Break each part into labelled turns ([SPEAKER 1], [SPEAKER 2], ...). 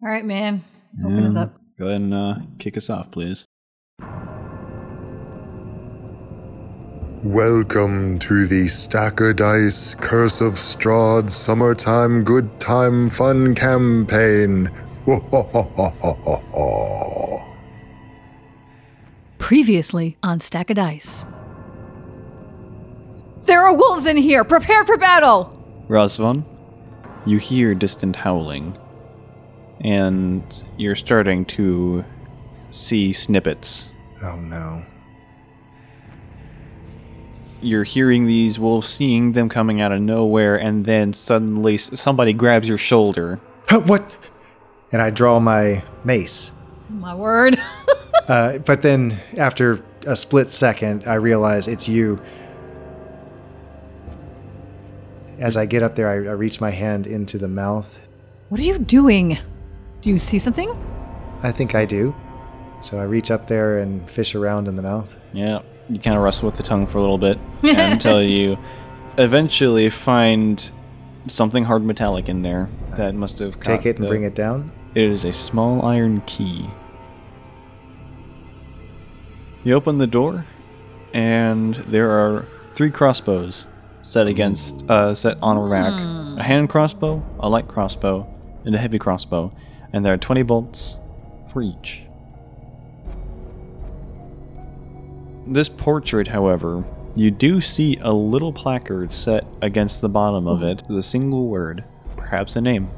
[SPEAKER 1] All right, man. Open us
[SPEAKER 2] Yeah.
[SPEAKER 1] up.
[SPEAKER 2] Go ahead and uh, kick us off, please.
[SPEAKER 3] Welcome to the Stacker Dice Curse of Strahd Summertime Good Time Fun Campaign. Ho, ho, ho, ho, ho, ho, ho.
[SPEAKER 1] Previously on Stack of Dice. There are wolves in here. Prepare for battle.
[SPEAKER 2] Razvan, you hear distant howling, and you're starting to see snippets.
[SPEAKER 4] Oh no.
[SPEAKER 2] You're hearing these wolves, seeing them coming out of nowhere, and then suddenly s- somebody grabs your shoulder.
[SPEAKER 4] Huh, What? And I draw my mace.
[SPEAKER 1] My word.
[SPEAKER 4] Uh, but then, after a split second, I realize it's you. As I get up there, I, I reach my hand into the mouth.
[SPEAKER 1] what are you doing? Do you see something?
[SPEAKER 4] I think I do. So I reach up there and fish around in the mouth.
[SPEAKER 2] Yeah, you kind of wrestle with the tongue for a little bit until you eventually find something hard metallic in there that must have
[SPEAKER 4] Take
[SPEAKER 2] caught
[SPEAKER 4] it and
[SPEAKER 2] the-
[SPEAKER 4] bring it down.
[SPEAKER 2] It is a small iron key. You open the door, and there are three crossbows set against, uh, set on a rack: a hand crossbow, a light crossbow, and a heavy crossbow. And there are twenty bolts for each. This portrait, however, you do see a little placard set against the bottom of it with a single word, perhaps a name,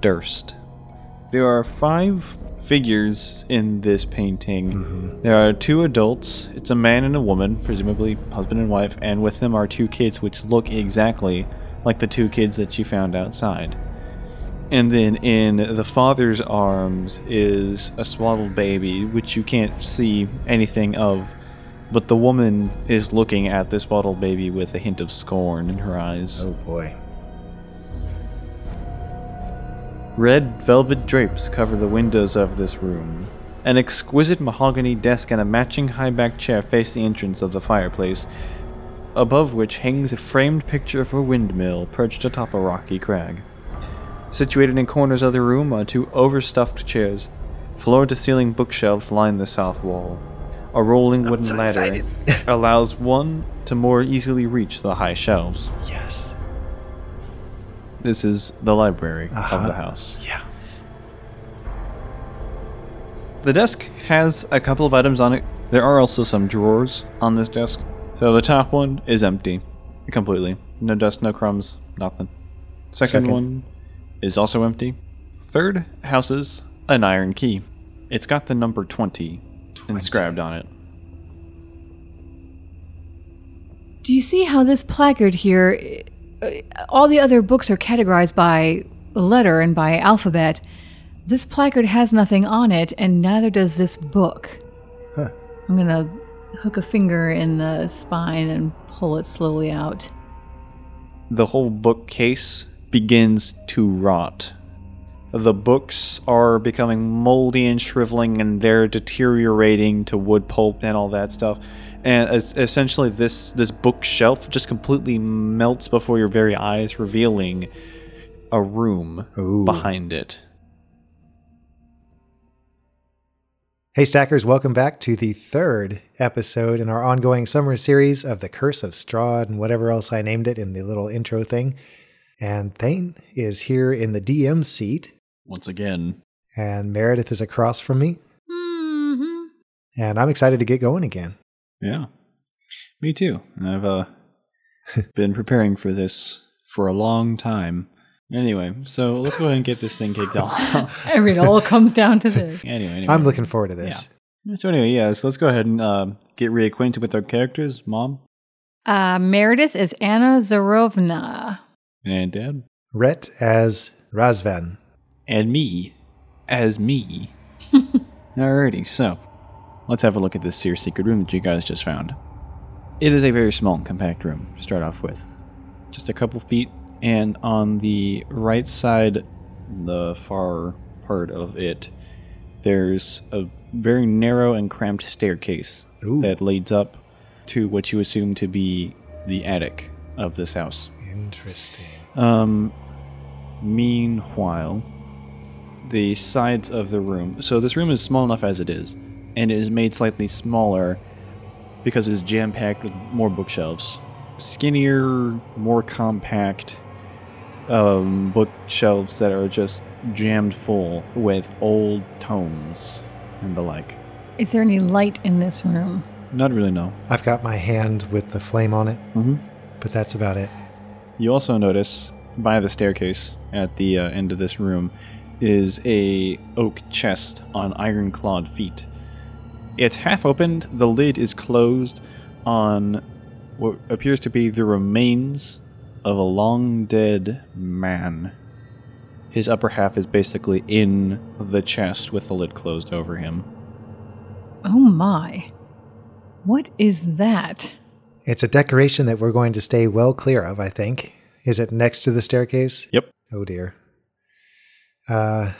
[SPEAKER 2] Durst. There are five figures in this painting. There are two adults. It's a man and a woman, presumably husband and wife, and with them are two kids, which look exactly like the two kids that you found outside. And then in the father's arms is a swaddled baby, which you can't see anything of, but the woman is looking at the swaddled baby with a hint of scorn in her eyes.
[SPEAKER 4] Oh boy.
[SPEAKER 2] Red velvet drapes cover the windows of this room. An exquisite mahogany desk and a matching high backed chair face the entrance of the fireplace, above which hangs a framed picture of a windmill perched atop a rocky crag. Situated in corners of the room are two overstuffed chairs. Floor to ceiling bookshelves line the south wall. A rolling wooden
[SPEAKER 4] so
[SPEAKER 2] ladder
[SPEAKER 4] excited.
[SPEAKER 2] allows one to more easily reach the high shelves.
[SPEAKER 4] Yes.
[SPEAKER 2] This is the library of
[SPEAKER 4] Uh-huh.
[SPEAKER 2] the house.
[SPEAKER 4] Yeah.
[SPEAKER 2] The desk has a couple of items on it. There are also some drawers on this desk. So the top one is empty completely. No dust, no crumbs, nothing. Second,
[SPEAKER 4] Second.
[SPEAKER 2] one is also empty. Third houses an iron key. It's got the number 20, inscribed on it.
[SPEAKER 1] Do you see how this placard here? uh, All the other books are categorized by letter and by alphabet. This placard has nothing on it, and neither does this book.
[SPEAKER 4] Huh.
[SPEAKER 1] I'm gonna hook a finger in the spine and pull it slowly out.
[SPEAKER 2] the whole bookcase begins to rot. The books are becoming moldy and shriveling, and they're deteriorating to wood pulp and all that stuff. And es- essentially, this this bookshelf just completely melts before your very eyes, revealing a room
[SPEAKER 4] Ooh.
[SPEAKER 2] behind it.
[SPEAKER 4] Hey, Stackers, welcome back to the third episode in our ongoing summer series of The Curse of Strahd and whatever else I named it in the little intro thing. And Thane is here in the DM seat,
[SPEAKER 2] Once again,
[SPEAKER 4] and Meredith is across from me,
[SPEAKER 1] hmm
[SPEAKER 4] and I'm excited to get going again.
[SPEAKER 2] yeah, me too. I've uh, been preparing for this for a long time. Anyway, so let's go ahead and get this thing kicked off.
[SPEAKER 1] I mean, it all comes down to this.
[SPEAKER 2] Anyway, anyway.
[SPEAKER 4] I'm looking forward to this.
[SPEAKER 2] Um, So anyway, yeah. So let's go ahead and uh, get reacquainted with our characters, mom
[SPEAKER 1] Uh, Meredith is Anna Zarovna.
[SPEAKER 2] and dad,
[SPEAKER 4] Rhett as Razvan.
[SPEAKER 2] and me, as me. Alrighty, so let's have a look at this seer secret room that you guys just found. It is a very small, and compact room to start off with, just a couple feet, and on the right side, the far part of it, there's a very narrow and cramped staircase
[SPEAKER 4] Ooh.
[SPEAKER 2] that leads up to what you assume to be the attic of this house.
[SPEAKER 4] Interesting.
[SPEAKER 2] Um, meanwhile, the sides of the room. So this room is small enough as it is, and it is made slightly smaller because it's jam packed with more bookshelves. Skinnier, more compact um, bookshelves that are just jammed full with old tomes and the like.
[SPEAKER 1] Is there any light in this room?
[SPEAKER 2] Not really, no.
[SPEAKER 4] I've got my hand with the flame on it,
[SPEAKER 2] Mm-hmm.
[SPEAKER 4] but that's about it.
[SPEAKER 2] You also notice by the staircase at the uh, end of this room is a oak chest on iron-clawed feet. It's half opened, the lid is closed on what appears to be the remains of a long dead man. His upper half is basically in the chest with the lid closed over him.
[SPEAKER 1] Oh my. What is that?
[SPEAKER 4] It's a decoration that we're going to stay well clear of, I think. Is it next to the staircase?
[SPEAKER 2] Yep.
[SPEAKER 4] Oh dear. Uh,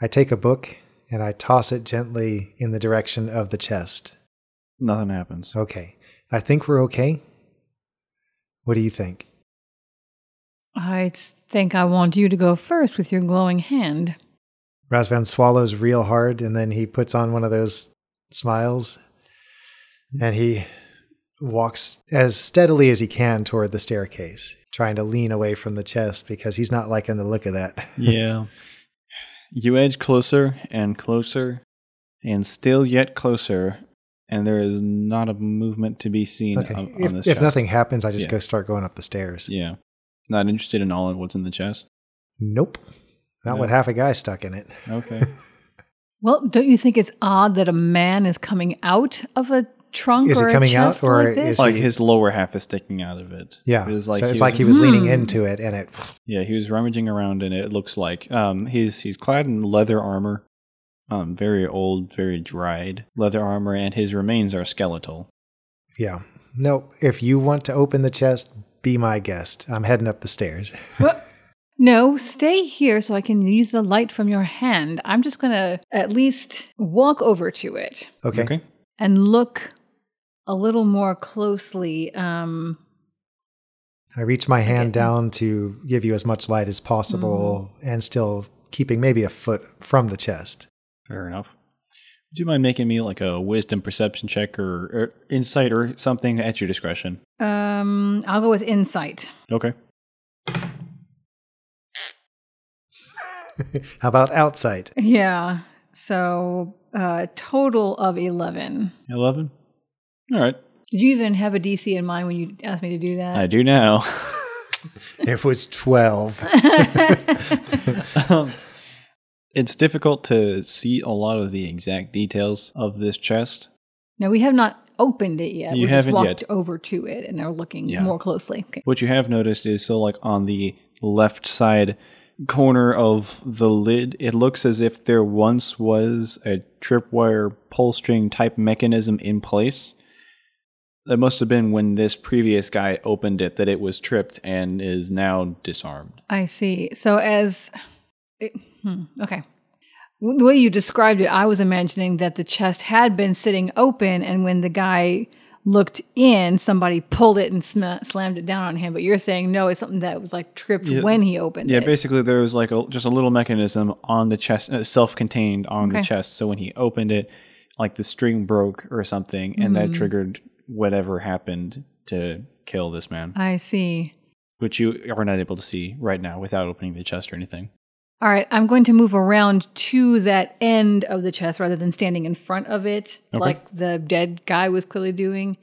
[SPEAKER 4] I take a book and I toss it gently in the direction of the chest.
[SPEAKER 2] Nothing happens.
[SPEAKER 4] Okay. I think we're okay. What do you think?
[SPEAKER 1] I think I want you to go first with your glowing hand.
[SPEAKER 4] Razvan swallows real hard and then he puts on one of those smiles and he walks as steadily as he can toward the staircase, trying to lean away from the chest because he's not liking the look of that.
[SPEAKER 2] yeah. You edge closer and closer and still yet closer, and there is not a movement to be seen
[SPEAKER 4] okay.
[SPEAKER 2] on, on
[SPEAKER 4] if,
[SPEAKER 2] this
[SPEAKER 4] if
[SPEAKER 2] chest.
[SPEAKER 4] nothing happens, I just
[SPEAKER 2] Yeah.
[SPEAKER 4] go start going up the stairs.
[SPEAKER 2] Yeah. Not interested in all of what's in the chest?
[SPEAKER 4] Nope. Not
[SPEAKER 2] No.
[SPEAKER 4] with half a guy stuck in it.
[SPEAKER 2] Okay.
[SPEAKER 1] Well, don't you think it's odd that a man is coming out of a trunk
[SPEAKER 4] Is it
[SPEAKER 1] or
[SPEAKER 4] coming
[SPEAKER 1] a
[SPEAKER 4] out,
[SPEAKER 1] chest
[SPEAKER 4] or
[SPEAKER 1] like this?
[SPEAKER 4] is
[SPEAKER 2] like
[SPEAKER 4] he-
[SPEAKER 2] his lower half is sticking out of it.
[SPEAKER 4] Yeah.
[SPEAKER 2] It was
[SPEAKER 4] so it's
[SPEAKER 2] he
[SPEAKER 4] like
[SPEAKER 2] was-
[SPEAKER 4] he was leaning
[SPEAKER 1] Hmm.
[SPEAKER 4] into it and it
[SPEAKER 2] Yeah, he was rummaging around and it looks like um he's he's clad in leather armor. Um very old, very dried leather armor and his remains are skeletal.
[SPEAKER 4] yeah. Nope. If you want to open the chest, be my guest. I'm heading up the stairs.
[SPEAKER 1] Well, no, stay here so I can use the light from your hand. I'm just going to at least walk over to it
[SPEAKER 4] Okay.
[SPEAKER 2] okay.
[SPEAKER 1] and look a little more closely. Um,
[SPEAKER 4] I reach my hand
[SPEAKER 1] Okay.
[SPEAKER 4] down to give you as much light as possible and still keeping maybe a foot from the chest.
[SPEAKER 2] Fair enough. Would you mind making me like a wisdom perception check or, or insight or something at your discretion?
[SPEAKER 1] um, I'll go with insight.
[SPEAKER 2] Okay.
[SPEAKER 4] How about outside?
[SPEAKER 1] Yeah. So, uh, total of 11.
[SPEAKER 2] 11? All right.
[SPEAKER 1] Did you even have a DC in mind when you asked me to do
[SPEAKER 2] I
[SPEAKER 1] that?
[SPEAKER 2] do now.
[SPEAKER 4] it was 12.
[SPEAKER 2] Um, it's difficult to see a lot of the exact details of this chest.
[SPEAKER 1] no, we have not opened it yet.
[SPEAKER 2] You
[SPEAKER 1] we just
[SPEAKER 2] haven't
[SPEAKER 1] walked
[SPEAKER 2] yet.
[SPEAKER 1] over to it and are looking
[SPEAKER 2] Yeah.
[SPEAKER 1] more closely. Okay.
[SPEAKER 2] What you have noticed is so, like, on the left side corner of the lid, it looks as if there once was a tripwire pull string type mechanism in place. That must have been when this previous guy opened it that it was tripped and is now disarmed.
[SPEAKER 1] I see. So as it, hmm, okay, W- the way you described it, I was imagining that the chest had been sitting open, and when the guy looked in, somebody pulled it and sm- slammed it down on him. But you're saying no, it's something that was like tripped
[SPEAKER 2] Yeah.
[SPEAKER 1] when he opened
[SPEAKER 2] Yeah,
[SPEAKER 1] it.
[SPEAKER 2] basically there was like a, just a little mechanism on the chest, uh, self-contained on the
[SPEAKER 1] Okay.
[SPEAKER 2] chest. So when he opened it, like the string broke or something,
[SPEAKER 1] Mm-hmm.
[SPEAKER 2] and that triggered whatever happened to kill this man,
[SPEAKER 1] I see.
[SPEAKER 2] which you are not able to see right now without opening the chest or anything.
[SPEAKER 1] All right, I'm going to move around to that end of the chest rather than standing in front of it,
[SPEAKER 2] Okay.
[SPEAKER 1] like the dead guy was clearly doing,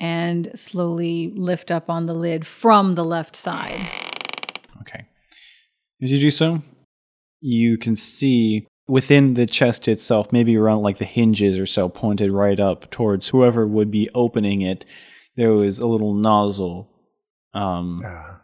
[SPEAKER 1] and slowly lift up on the lid from the left side.
[SPEAKER 2] Okay. As you do so, you can see within the chest itself, maybe around like the hinges or so, pointed right up towards whoever would be opening it. There was a little nozzle. Um,
[SPEAKER 4] Uh,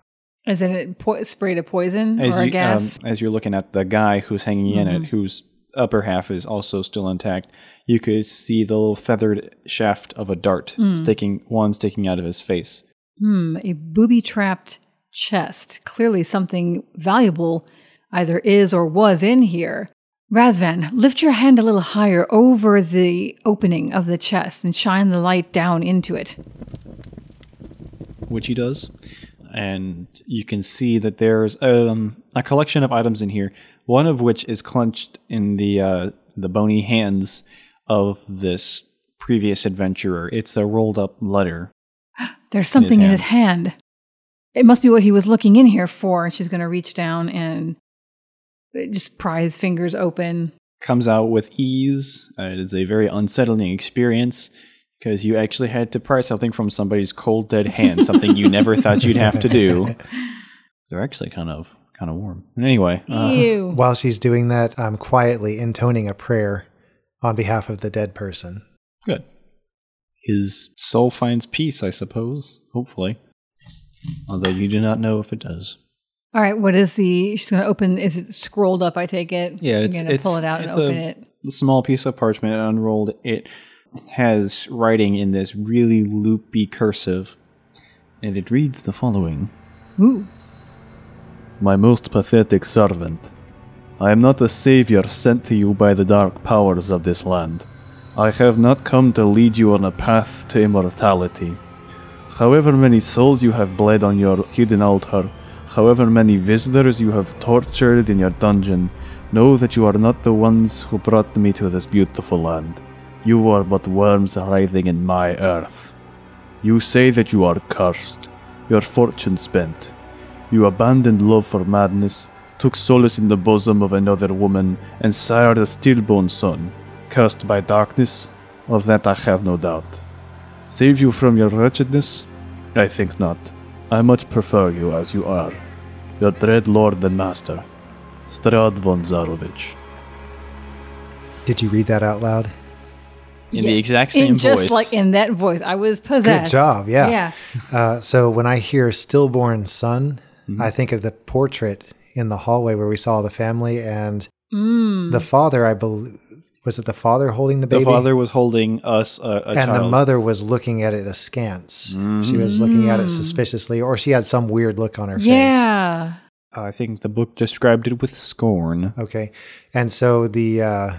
[SPEAKER 1] As in it po- sprayed a poison
[SPEAKER 2] as
[SPEAKER 1] or a
[SPEAKER 2] you, um,
[SPEAKER 1] gas? Mm-hmm.
[SPEAKER 2] as you're looking at the guy who's hanging in it, whose upper half is also still intact, you could see the little feathered shaft of a dart
[SPEAKER 1] Mm.
[SPEAKER 2] sticking, one sticking out of his face.
[SPEAKER 1] hmm, a booby trapped chest. Clearly something valuable either is or was in here. Razvan, lift your hand a little higher over the opening of the chest and shine the light down into it.
[SPEAKER 2] which he does. And you can see that there's um, a collection of items in here, one of which is clenched in the uh, the bony hands of this previous adventurer. It's a rolled up letter.
[SPEAKER 1] There's something in his hand. It must be what he was looking in here for. And she's going to reach down and just pry his fingers open.
[SPEAKER 2] Comes out with ease. Uh, it is a very unsettling experience because you actually had to pry something from somebody's cold dead hand, something you never thought you'd have to do. They're actually kind of kind of warm. Anyway, uh,
[SPEAKER 1] Ew.
[SPEAKER 4] While she's doing that, I'm quietly intoning a prayer on behalf of the dead person.
[SPEAKER 2] Good. His soul finds peace, I suppose, hopefully. Although you do not know if it does.
[SPEAKER 1] All right, what is the? She's going to open. Is it scrolled up? I take it.
[SPEAKER 2] Yeah,
[SPEAKER 1] I'm
[SPEAKER 2] it's-
[SPEAKER 1] going to
[SPEAKER 2] it's-
[SPEAKER 1] pull it out and
[SPEAKER 2] it's a-
[SPEAKER 1] open it.
[SPEAKER 2] The small piece of parchment unrolled, it has writing in this really loopy cursive, and it reads the following
[SPEAKER 1] Ooh,
[SPEAKER 2] My most pathetic servant, I am not a savior sent to you by the dark powers of this land. I have not come to lead you on a path to immortality. However many souls you have bled on your hidden altar, however many visitors you have tortured in your dungeon, know that you are not the ones who brought me to this beautiful land. You are but worms writhing in my earth. You say that you are cursed, your fortune spent. You abandoned love for madness, took solace in the bosom of another woman, and sired a stillborn son, cursed by darkness, of that I have no doubt. Save you from your wretchedness? I think not. I much prefer you as you are. Your dread lord and master, Strad von Zarovich.
[SPEAKER 4] Did you read that out loud?
[SPEAKER 2] In the
[SPEAKER 1] Yes.
[SPEAKER 2] exact
[SPEAKER 1] In
[SPEAKER 2] same
[SPEAKER 1] just
[SPEAKER 2] voice.
[SPEAKER 1] like in that voice. I was possessed.
[SPEAKER 4] job, yeah.
[SPEAKER 1] Yeah.
[SPEAKER 4] Uh, so when I hear stillborn son, I think of the portrait in the hallway where we saw the family and
[SPEAKER 1] Mm-hmm. Mm.
[SPEAKER 4] the father. I believe was it the father holding the
[SPEAKER 2] The
[SPEAKER 4] baby?
[SPEAKER 2] father was holding us uh, a, a
[SPEAKER 4] and
[SPEAKER 2] child. Mm-hmm.
[SPEAKER 4] the mother was looking at it askance. She was looking at it suspiciously, or she had some weird look on her face.
[SPEAKER 1] Mm. Yeah.
[SPEAKER 2] I think the book described it with scorn.
[SPEAKER 4] Okay, and so the uh,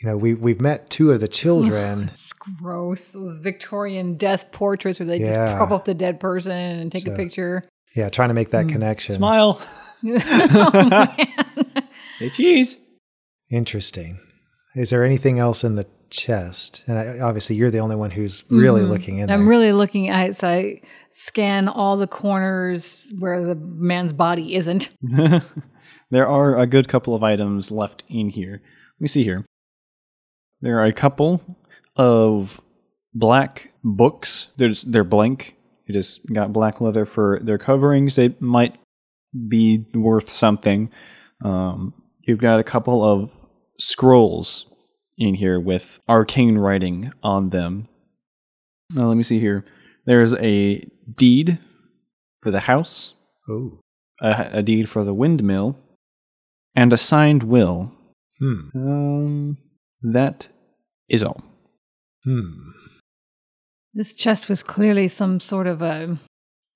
[SPEAKER 4] you know we we've met two of the children.
[SPEAKER 1] It's gross. Those Victorian death portraits where they
[SPEAKER 4] Yeah.
[SPEAKER 1] just prop up the dead person and take a
[SPEAKER 4] So-
[SPEAKER 1] picture.
[SPEAKER 4] yeah, trying to make
[SPEAKER 1] Mm.
[SPEAKER 4] that connection.
[SPEAKER 2] Smile.
[SPEAKER 1] oh, man.
[SPEAKER 2] Say cheese.
[SPEAKER 4] Interesting. Is there anything else in the chest? And I, obviously, you're the only one who's really looking in.
[SPEAKER 1] Mm-hmm. I'm
[SPEAKER 4] there.
[SPEAKER 1] really looking at it. So I scan all the corners where the man's body isn't.
[SPEAKER 2] There are a good couple of items left in here. Let me see here. There are a couple of black books. There's they're blank. It has got black leather for their coverings. They might be worth something. Um, you've got a couple of scrolls in here with arcane writing on them. Now let me see here. There's a deed for the house
[SPEAKER 4] Ooh.
[SPEAKER 2] a, a deed for the windmill, and a signed will.
[SPEAKER 4] Hmm.
[SPEAKER 2] Um, that is all.
[SPEAKER 4] Hmm.
[SPEAKER 1] This chest was clearly some sort of a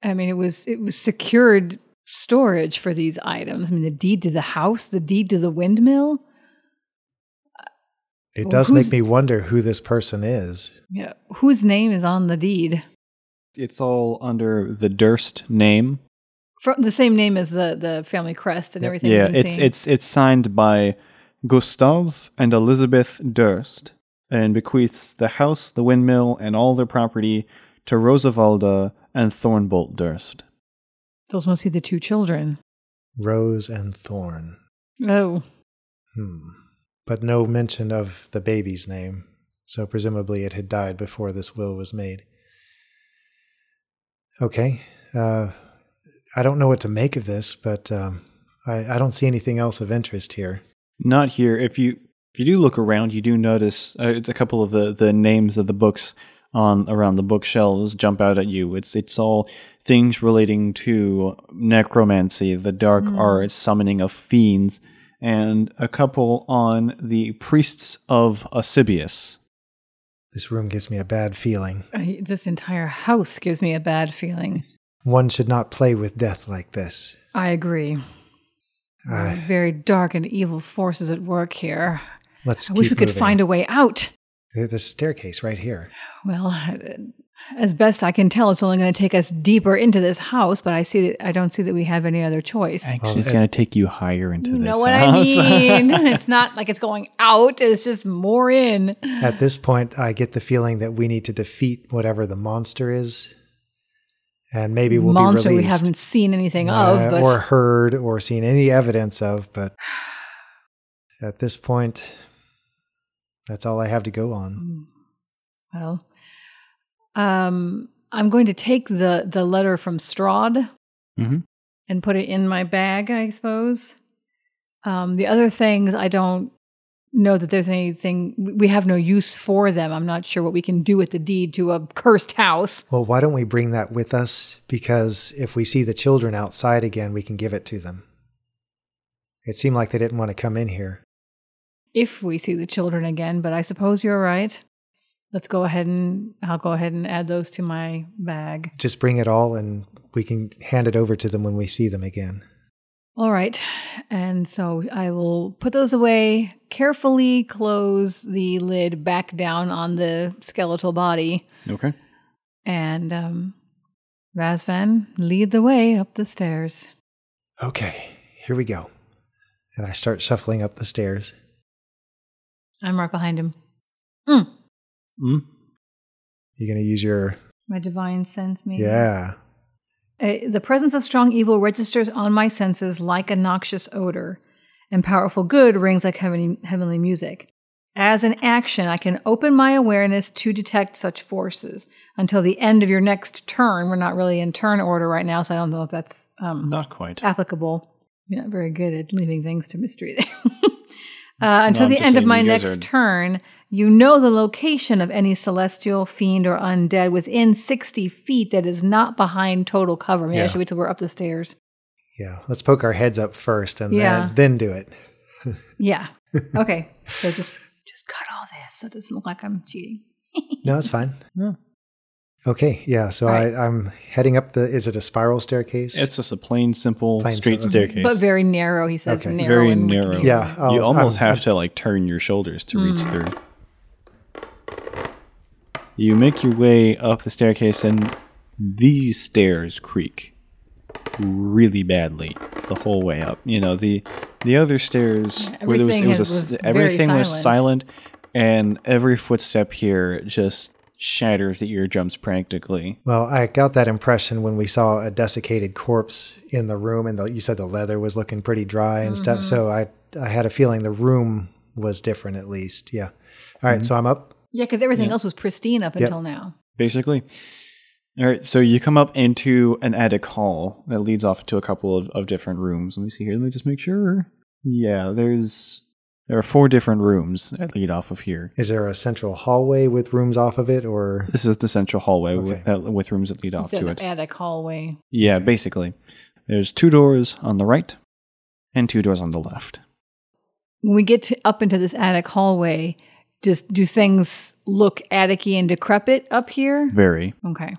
[SPEAKER 1] I mean it was it was secured storage for these items. I mean the deed to the house, the deed to the windmill.
[SPEAKER 4] It
[SPEAKER 1] Well,
[SPEAKER 4] does make
[SPEAKER 1] who's-
[SPEAKER 4] me wonder who this person is.
[SPEAKER 1] Yeah. Whose name is on the deed?
[SPEAKER 2] It's all under the Durst name.
[SPEAKER 1] From the same name as the the family crest and everything.
[SPEAKER 2] yeah,
[SPEAKER 1] we've been
[SPEAKER 2] it's
[SPEAKER 1] seeing.
[SPEAKER 2] it's it's signed by Gustav and Elizabeth Durst, and bequeaths the house, the windmill, and all their property to Rosavalda and Thornbolt Durst.
[SPEAKER 1] those must be the two children.
[SPEAKER 4] Rose and Thorn.
[SPEAKER 1] Oh.
[SPEAKER 4] Hmm. But no mention of the baby's name. So presumably it had died before this will was made. Okay. Uh, I don't know what to make of this, but um, I, I don't see anything else of interest here.
[SPEAKER 2] Not here. If you if you do look around, you do notice uh, it's a couple of the the names of the books on around the bookshelves jump out at you. It's it's all things relating to necromancy, the dark
[SPEAKER 1] Mm-hmm.
[SPEAKER 2] arts, summoning of fiends, and a couple on the priests of Osibius.
[SPEAKER 4] Oh, This room gives me a bad feeling.
[SPEAKER 1] I, this entire house gives me a bad feeling.
[SPEAKER 4] One should not play with death like this.
[SPEAKER 1] I agree.
[SPEAKER 2] Ah.
[SPEAKER 4] Uh,
[SPEAKER 1] Very dark and evil forces at work here.
[SPEAKER 4] let's.
[SPEAKER 1] I wish we
[SPEAKER 4] keep
[SPEAKER 1] could
[SPEAKER 4] moving.
[SPEAKER 1] find a way out.
[SPEAKER 4] There's a staircase right here.
[SPEAKER 1] Well, As best I can tell, it's only going to take us deeper into this house, but I see that I don't see that we have any other choice.
[SPEAKER 2] Actually, it's going to take you higher into
[SPEAKER 1] You
[SPEAKER 2] this
[SPEAKER 1] know what
[SPEAKER 2] house.
[SPEAKER 1] I mean? it's not like it's going out, it's just more in.
[SPEAKER 4] At this point, I get the feeling that we need to defeat whatever the monster is, and maybe we'll
[SPEAKER 1] Monster
[SPEAKER 4] be
[SPEAKER 1] we
[SPEAKER 4] released.
[SPEAKER 1] haven't seen anything
[SPEAKER 4] uh,
[SPEAKER 1] of, but
[SPEAKER 4] or heard or seen any evidence of. But at this point, that's all I have to go on.
[SPEAKER 1] well. Um I'm going to take the the letter from Strahd
[SPEAKER 4] Mm-hmm.
[SPEAKER 2] Mhm.
[SPEAKER 1] and put it in my bag, I suppose. Um, the other things, I don't know that there's anything, we- we have no use for them. I'm not sure what we can do with the deed to a cursed house.
[SPEAKER 4] Well, why don't we bring that with us? Because if we see the children outside again, we can give it to them. It seemed like they didn't want to come in here.
[SPEAKER 1] If we see the children again, but I suppose you're right. Let's go ahead and I'll go ahead and add those to my bag.
[SPEAKER 4] Just bring it all and we can hand it over to them when we see them again.
[SPEAKER 1] All right. And so I will put those away, carefully close the lid back down on the skeletal body.
[SPEAKER 2] Okay.
[SPEAKER 1] And um, Razvan, lead the way up the stairs.
[SPEAKER 4] Okay, here we go. And I start shuffling up the stairs.
[SPEAKER 1] I'm right behind him. Mm,
[SPEAKER 2] Mm.
[SPEAKER 4] You're going to use your.
[SPEAKER 1] my divine sense, maybe.
[SPEAKER 4] Yeah.
[SPEAKER 1] Uh, the presence of strong evil registers on my senses like a noxious odor, and powerful good rings like heavenly, heavenly music. As an action, I can open my awareness to detect such forces until the end of your next turn. We're not really in turn order right now, so I don't know if that's um,
[SPEAKER 2] Not quite.
[SPEAKER 1] applicable. You're not very good at leaving things to mystery there. uh, until
[SPEAKER 2] I'm
[SPEAKER 1] the
[SPEAKER 2] just
[SPEAKER 1] end of
[SPEAKER 2] saying
[SPEAKER 1] my
[SPEAKER 2] you guys
[SPEAKER 1] next
[SPEAKER 2] are-
[SPEAKER 1] turn, you know the location of any celestial, fiend, or undead within 60 feet that is not behind total cover. Maybe I
[SPEAKER 4] Yeah.
[SPEAKER 1] should wait till we're up the stairs.
[SPEAKER 4] Yeah. Let's poke our heads up first and
[SPEAKER 1] Yeah.
[SPEAKER 4] then, then do it.
[SPEAKER 1] Yeah. Okay. so just just cut all this so it doesn't look like I'm cheating.
[SPEAKER 4] No, it's fine.
[SPEAKER 2] Yeah.
[SPEAKER 4] Okay. Yeah. So
[SPEAKER 1] Right.
[SPEAKER 4] I, I'm heading up the. Is it a spiral staircase?
[SPEAKER 2] It's just a plain, simple
[SPEAKER 4] Plain
[SPEAKER 2] straight
[SPEAKER 4] simple.
[SPEAKER 2] staircase.
[SPEAKER 1] But very narrow, he says.
[SPEAKER 4] Okay.
[SPEAKER 1] Narrow
[SPEAKER 2] Very
[SPEAKER 1] and
[SPEAKER 2] narrow.
[SPEAKER 1] rickety.
[SPEAKER 4] yeah. I'll-
[SPEAKER 2] you almost
[SPEAKER 4] I'm-
[SPEAKER 2] have to like turn your shoulders to reach through. You make your way up the staircase, and these stairs creak really badly the whole way up. You know the the other stairs where there was it
[SPEAKER 1] Everything
[SPEAKER 2] was, a
[SPEAKER 1] has-
[SPEAKER 2] s
[SPEAKER 1] was very
[SPEAKER 2] everything was
[SPEAKER 1] silent.
[SPEAKER 2] silent, and every footstep here just shatters the eardrums practically.
[SPEAKER 4] Well, I got that impression when we saw a desiccated corpse in the room, and the, you said the leather was looking pretty dry and stuff. So I, I had a feeling the room was different, at least. Yeah. All right, So I'm up.
[SPEAKER 1] Yeah, because everything else was pristine up until now.
[SPEAKER 2] basically. All right, so you come up into an attic hall that leads off to a couple of, of different rooms. Let me see here. Let me just make sure. Yeah, there's there are four different rooms that lead off of here.
[SPEAKER 4] Is there a central hallway with rooms off of it, or
[SPEAKER 2] This is the central hallway
[SPEAKER 4] Okay.
[SPEAKER 2] with that, with rooms that lead off
[SPEAKER 1] Instead
[SPEAKER 2] to
[SPEAKER 1] of
[SPEAKER 2] it.
[SPEAKER 1] attic hallway.
[SPEAKER 2] Yeah, basically, there's two doors on the right and two doors on the left.
[SPEAKER 1] when we get to, up into this attic hallway, just do things look atticy and decrepit up here?
[SPEAKER 2] Very.
[SPEAKER 1] Okay.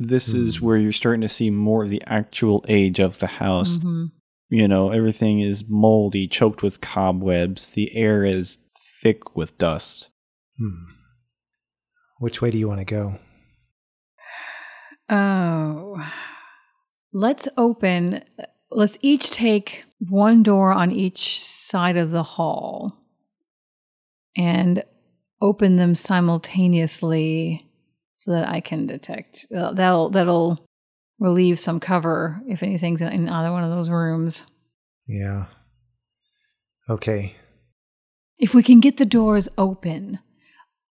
[SPEAKER 2] This is where you're starting to see more of the actual age of the house.
[SPEAKER 1] hmm
[SPEAKER 2] You know, everything is moldy, choked with cobwebs. The air is thick with dust.
[SPEAKER 4] Hmm. which way do you want to go?
[SPEAKER 1] Oh, let's open. uh, Let's each take one door on each side of the hall, and open them simultaneously so that I can detect. Uh, that'll that'll relieve some cover if anything's in, in either one of those rooms.
[SPEAKER 4] Yeah. Okay.
[SPEAKER 1] If we can get the doors open,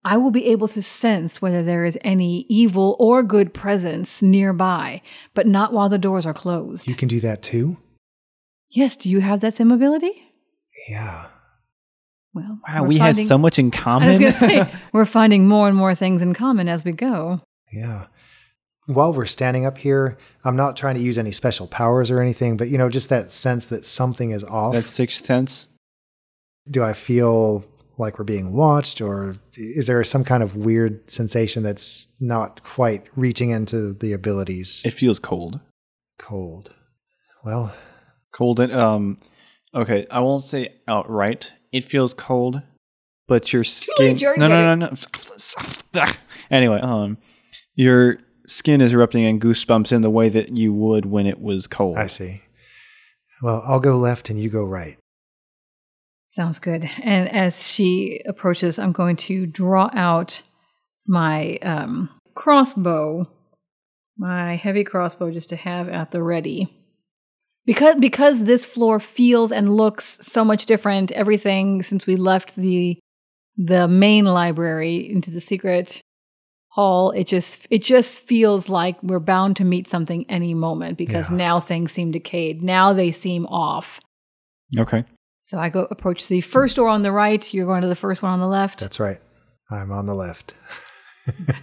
[SPEAKER 1] I will be able to sense whether there is any evil or good presence nearby, but not while the doors are closed.
[SPEAKER 4] You can do that too.
[SPEAKER 1] yes, do you have that same ability?
[SPEAKER 4] Yeah.
[SPEAKER 1] Well,
[SPEAKER 2] Wow,
[SPEAKER 1] we're
[SPEAKER 2] we have
[SPEAKER 1] finding-
[SPEAKER 2] so much in
[SPEAKER 1] I
[SPEAKER 2] common.
[SPEAKER 1] was going to say, we're finding more and more things in common as we go.
[SPEAKER 4] Yeah. While we're standing up here, I'm not trying to use any special powers or anything, but you know, just that sense that something is off.
[SPEAKER 2] That's sixth sense.
[SPEAKER 4] do I feel like we're being watched, or is there some kind of weird sensation that's not quite reaching into the abilities?
[SPEAKER 2] It feels cold.
[SPEAKER 4] Cold. Well,
[SPEAKER 2] Cold and um okay, I won't say outright. It feels cold, but your skin
[SPEAKER 1] Jordan
[SPEAKER 2] No,
[SPEAKER 1] said
[SPEAKER 2] no, no, no. anyway, um Your skin is erupting in goosebumps in the way that you would when it was cold.
[SPEAKER 4] I see. Well, I'll go left and you go right.
[SPEAKER 1] Sounds good. And as she approaches, I'm going to draw out my um, crossbow, my heavy crossbow, just to have at the ready. Because because this floor feels and looks so much different, everything since we left the the main library into the secret hall, it just it just feels like we're bound to meet something any moment because
[SPEAKER 4] Yeah.
[SPEAKER 1] now things seem decayed. Now they seem off.
[SPEAKER 2] Okay.
[SPEAKER 1] So I go approach the first door on the right. You're going to the first one on the left.
[SPEAKER 4] That's right. I'm on the left.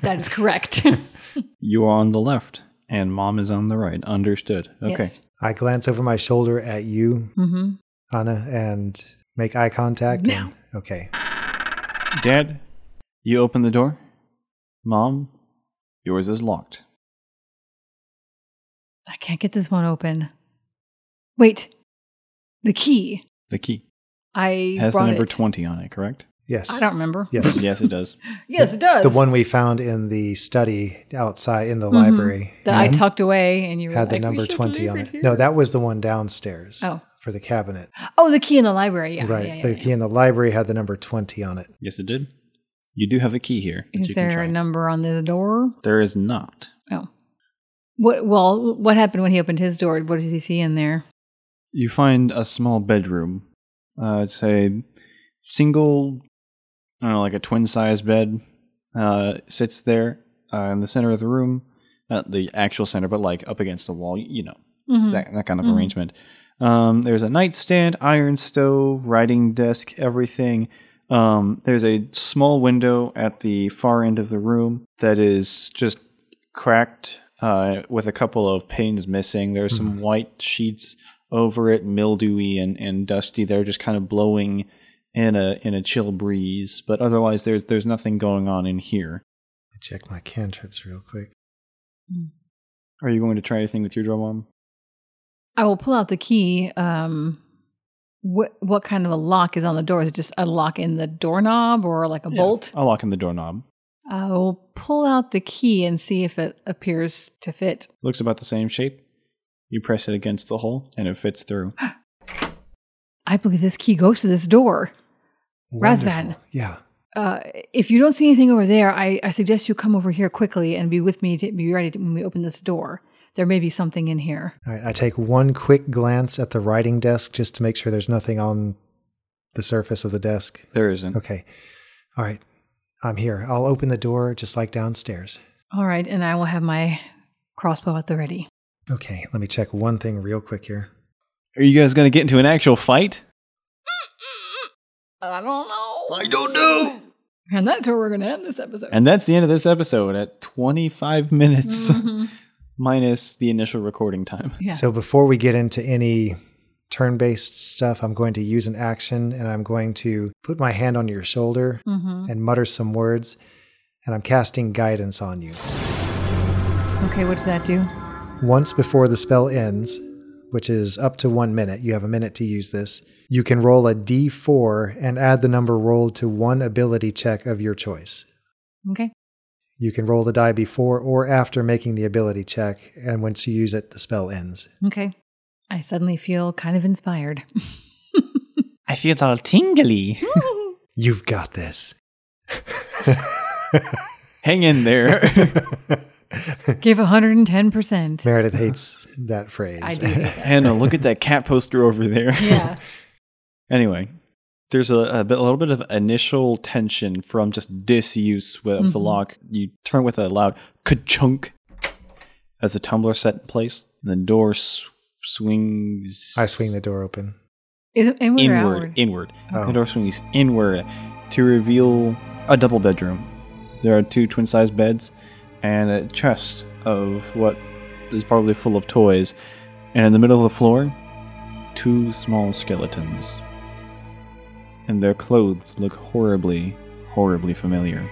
[SPEAKER 1] that is correct.
[SPEAKER 2] You are on the left, and mom is on the right. Understood. Okay.
[SPEAKER 4] I glance over my shoulder at you,
[SPEAKER 1] Mm-hmm.
[SPEAKER 4] Anna, and make eye contact.
[SPEAKER 1] No.
[SPEAKER 4] and- okay.
[SPEAKER 2] Dad, you open the door. Mom, yours is locked.
[SPEAKER 1] I can't get this one open. Wait, the key.
[SPEAKER 2] The key
[SPEAKER 1] I
[SPEAKER 2] has the
[SPEAKER 1] brought
[SPEAKER 2] number
[SPEAKER 1] it.
[SPEAKER 2] 20 on it, correct?
[SPEAKER 4] Yes.
[SPEAKER 1] I don't remember.
[SPEAKER 4] Yes.
[SPEAKER 2] yes, it does.
[SPEAKER 1] Yes, it does.
[SPEAKER 4] The one we found in the study outside in the
[SPEAKER 1] Mhm.
[SPEAKER 4] library
[SPEAKER 1] that I tucked away, and you were
[SPEAKER 4] Mm-hmm. had the
[SPEAKER 1] like, "We
[SPEAKER 4] number
[SPEAKER 1] should
[SPEAKER 4] 20
[SPEAKER 1] leave
[SPEAKER 4] on it.
[SPEAKER 1] here."
[SPEAKER 4] No, that was the one downstairs
[SPEAKER 1] Oh,
[SPEAKER 4] for the cabinet.
[SPEAKER 1] oh, the key in the library. Yeah,
[SPEAKER 4] right.
[SPEAKER 1] Yeah, yeah,
[SPEAKER 4] the
[SPEAKER 1] yeah.
[SPEAKER 4] key in the library had the number 20 on it.
[SPEAKER 2] Yes, it did. You do have a key here. That you
[SPEAKER 1] Is
[SPEAKER 2] can
[SPEAKER 1] there
[SPEAKER 2] try.
[SPEAKER 1] a number on the door?
[SPEAKER 2] there is not.
[SPEAKER 1] Oh. What? Well, what happened when he opened his door? What does he see in there?
[SPEAKER 2] You find a small bedroom. Uh, it's a single, I don't know, like a twin size bed. Uh, sits there uh, in the center of the room. Not the actual center, but like up against the wall, you know,
[SPEAKER 1] Mhm.
[SPEAKER 2] that, that kind of
[SPEAKER 1] Mhm.
[SPEAKER 2] arrangement. Um, there's a nightstand, iron stove, writing desk, everything. Um, there's a small window at the far end of the room that is just cracked uh, with a couple of panes missing. There's some white sheets over it, mildewy and, and dusty. They're just kind of blowing in a in a chill breeze, but otherwise there's there's nothing going on in here.
[SPEAKER 4] I check my cantrips real quick.
[SPEAKER 2] Are you going to try anything with your drum mom?
[SPEAKER 1] I will pull out the key. Um, what what kind of a lock is on the door? Is it just a lock in the doorknob or like a bolt?
[SPEAKER 2] I'll lock in the doorknob.
[SPEAKER 1] I will pull out the key and see if it appears to fit.
[SPEAKER 2] Looks about the same shape. You press it against the hole and it fits through.
[SPEAKER 1] I believe this key goes to this door. Razvan.
[SPEAKER 4] Wonderful. Yeah.
[SPEAKER 1] Uh, if you don't see anything over there, I, I suggest you come over here quickly and be with me to be ready to, when we open this door. There may be something in here.
[SPEAKER 4] All right. I take one quick glance at the writing desk just to make sure there's nothing on the surface of the desk.
[SPEAKER 2] There isn't.
[SPEAKER 4] Okay. All right. I'm here. I'll open the door just like downstairs.
[SPEAKER 1] All right, and I will have my crossbow at the ready.
[SPEAKER 4] Okay. Let me check one thing real quick here.
[SPEAKER 2] Are you guys going to get into an actual fight?
[SPEAKER 1] I don't know.
[SPEAKER 3] I don't know.
[SPEAKER 1] And that's where we're going to end this episode.
[SPEAKER 2] And that's the end of this episode at 25 minutes minus the initial recording time.
[SPEAKER 1] Yeah.
[SPEAKER 4] So before we get into any turn based stuff, I'm going to use an action and I'm going to put my hand on your shoulder
[SPEAKER 1] mm-hmm.
[SPEAKER 4] and mutter some words. And I'm casting guidance on you.
[SPEAKER 1] Okay, what does that do?
[SPEAKER 4] Once before the spell ends, which is up to one minute, you have a minute to use this, you can roll a d4 and add the number rolled to one ability check of your choice.
[SPEAKER 1] Okay.
[SPEAKER 4] You can roll the die before or after making the ability check, and once you use it, the spell ends.
[SPEAKER 1] Okay. I suddenly feel kind of inspired.
[SPEAKER 2] I feel all tingly.
[SPEAKER 4] You've got this.
[SPEAKER 2] Hang in there.
[SPEAKER 1] Give 110%.
[SPEAKER 4] Meredith hates that phrase.
[SPEAKER 1] I do hate
[SPEAKER 2] Hannah, look at that cat poster over there.
[SPEAKER 1] Yeah.
[SPEAKER 2] Anyway, there's a, a, bit, a little bit of initial tension from just disuse with the
[SPEAKER 4] Mm-hmm.
[SPEAKER 1] Mhm.
[SPEAKER 2] lock. You turn with a loud ka-chunk as the tumbler set in place. And the door s- swings.
[SPEAKER 4] I swing the door open.
[SPEAKER 1] Is, inward. or
[SPEAKER 2] inward,
[SPEAKER 1] outward?
[SPEAKER 2] inward.
[SPEAKER 4] Oh.
[SPEAKER 2] The door swings inward to reveal a double bedroom. There are two twin sized beds and a chest of what is probably full of toys. And in the middle of the floor, two small skeletons. And their clothes look horribly, horribly familiar.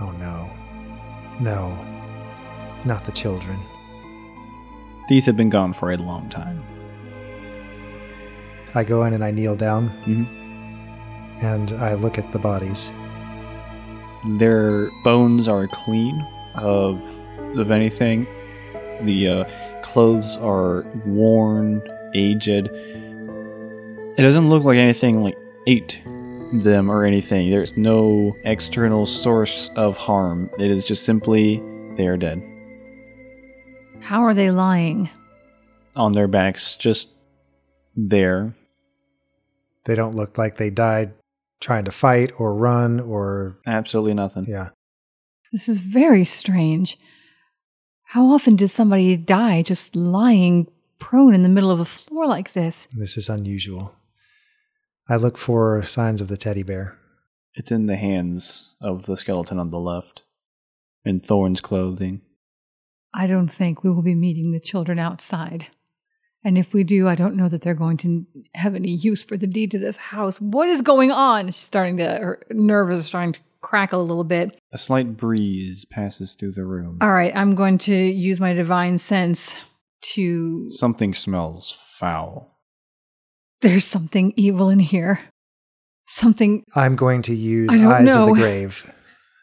[SPEAKER 4] Oh no. No. Not the children.
[SPEAKER 2] These have been gone for a long time.
[SPEAKER 4] I go in and I kneel down
[SPEAKER 2] Mm-hmm.
[SPEAKER 4] and I look at the bodies.
[SPEAKER 2] Their bones are clean of of anything. The uh, clothes are worn, aged. It doesn't look like anything like ate them or anything. There's no external source of harm. It is just simply they are dead
[SPEAKER 1] How are they lying?
[SPEAKER 2] on their backs, just there.
[SPEAKER 4] They don't look like they died trying to fight or run or,
[SPEAKER 2] Absolutely nothing.
[SPEAKER 4] yeah.
[SPEAKER 1] This is very strange. How often does somebody die just lying prone in the middle of a floor like this?
[SPEAKER 4] This is unusual. I look for signs of the teddy bear.
[SPEAKER 2] It's in the hands of the skeleton on the left, in Thorn's clothing.
[SPEAKER 1] I don't think we will be meeting the children outside. And if we do, I don't know that they're going to have any use for the deed to this house. What is going on? She's starting to, her nerves are starting to crackle a little bit.
[SPEAKER 2] A slight breeze passes through the room.
[SPEAKER 1] All right, I'm going to use my divine sense to.
[SPEAKER 2] Something smells foul.
[SPEAKER 1] There's something evil in here. Something.
[SPEAKER 4] I'm going to use
[SPEAKER 1] I don't
[SPEAKER 4] Eyes
[SPEAKER 1] know.
[SPEAKER 4] of the Grave.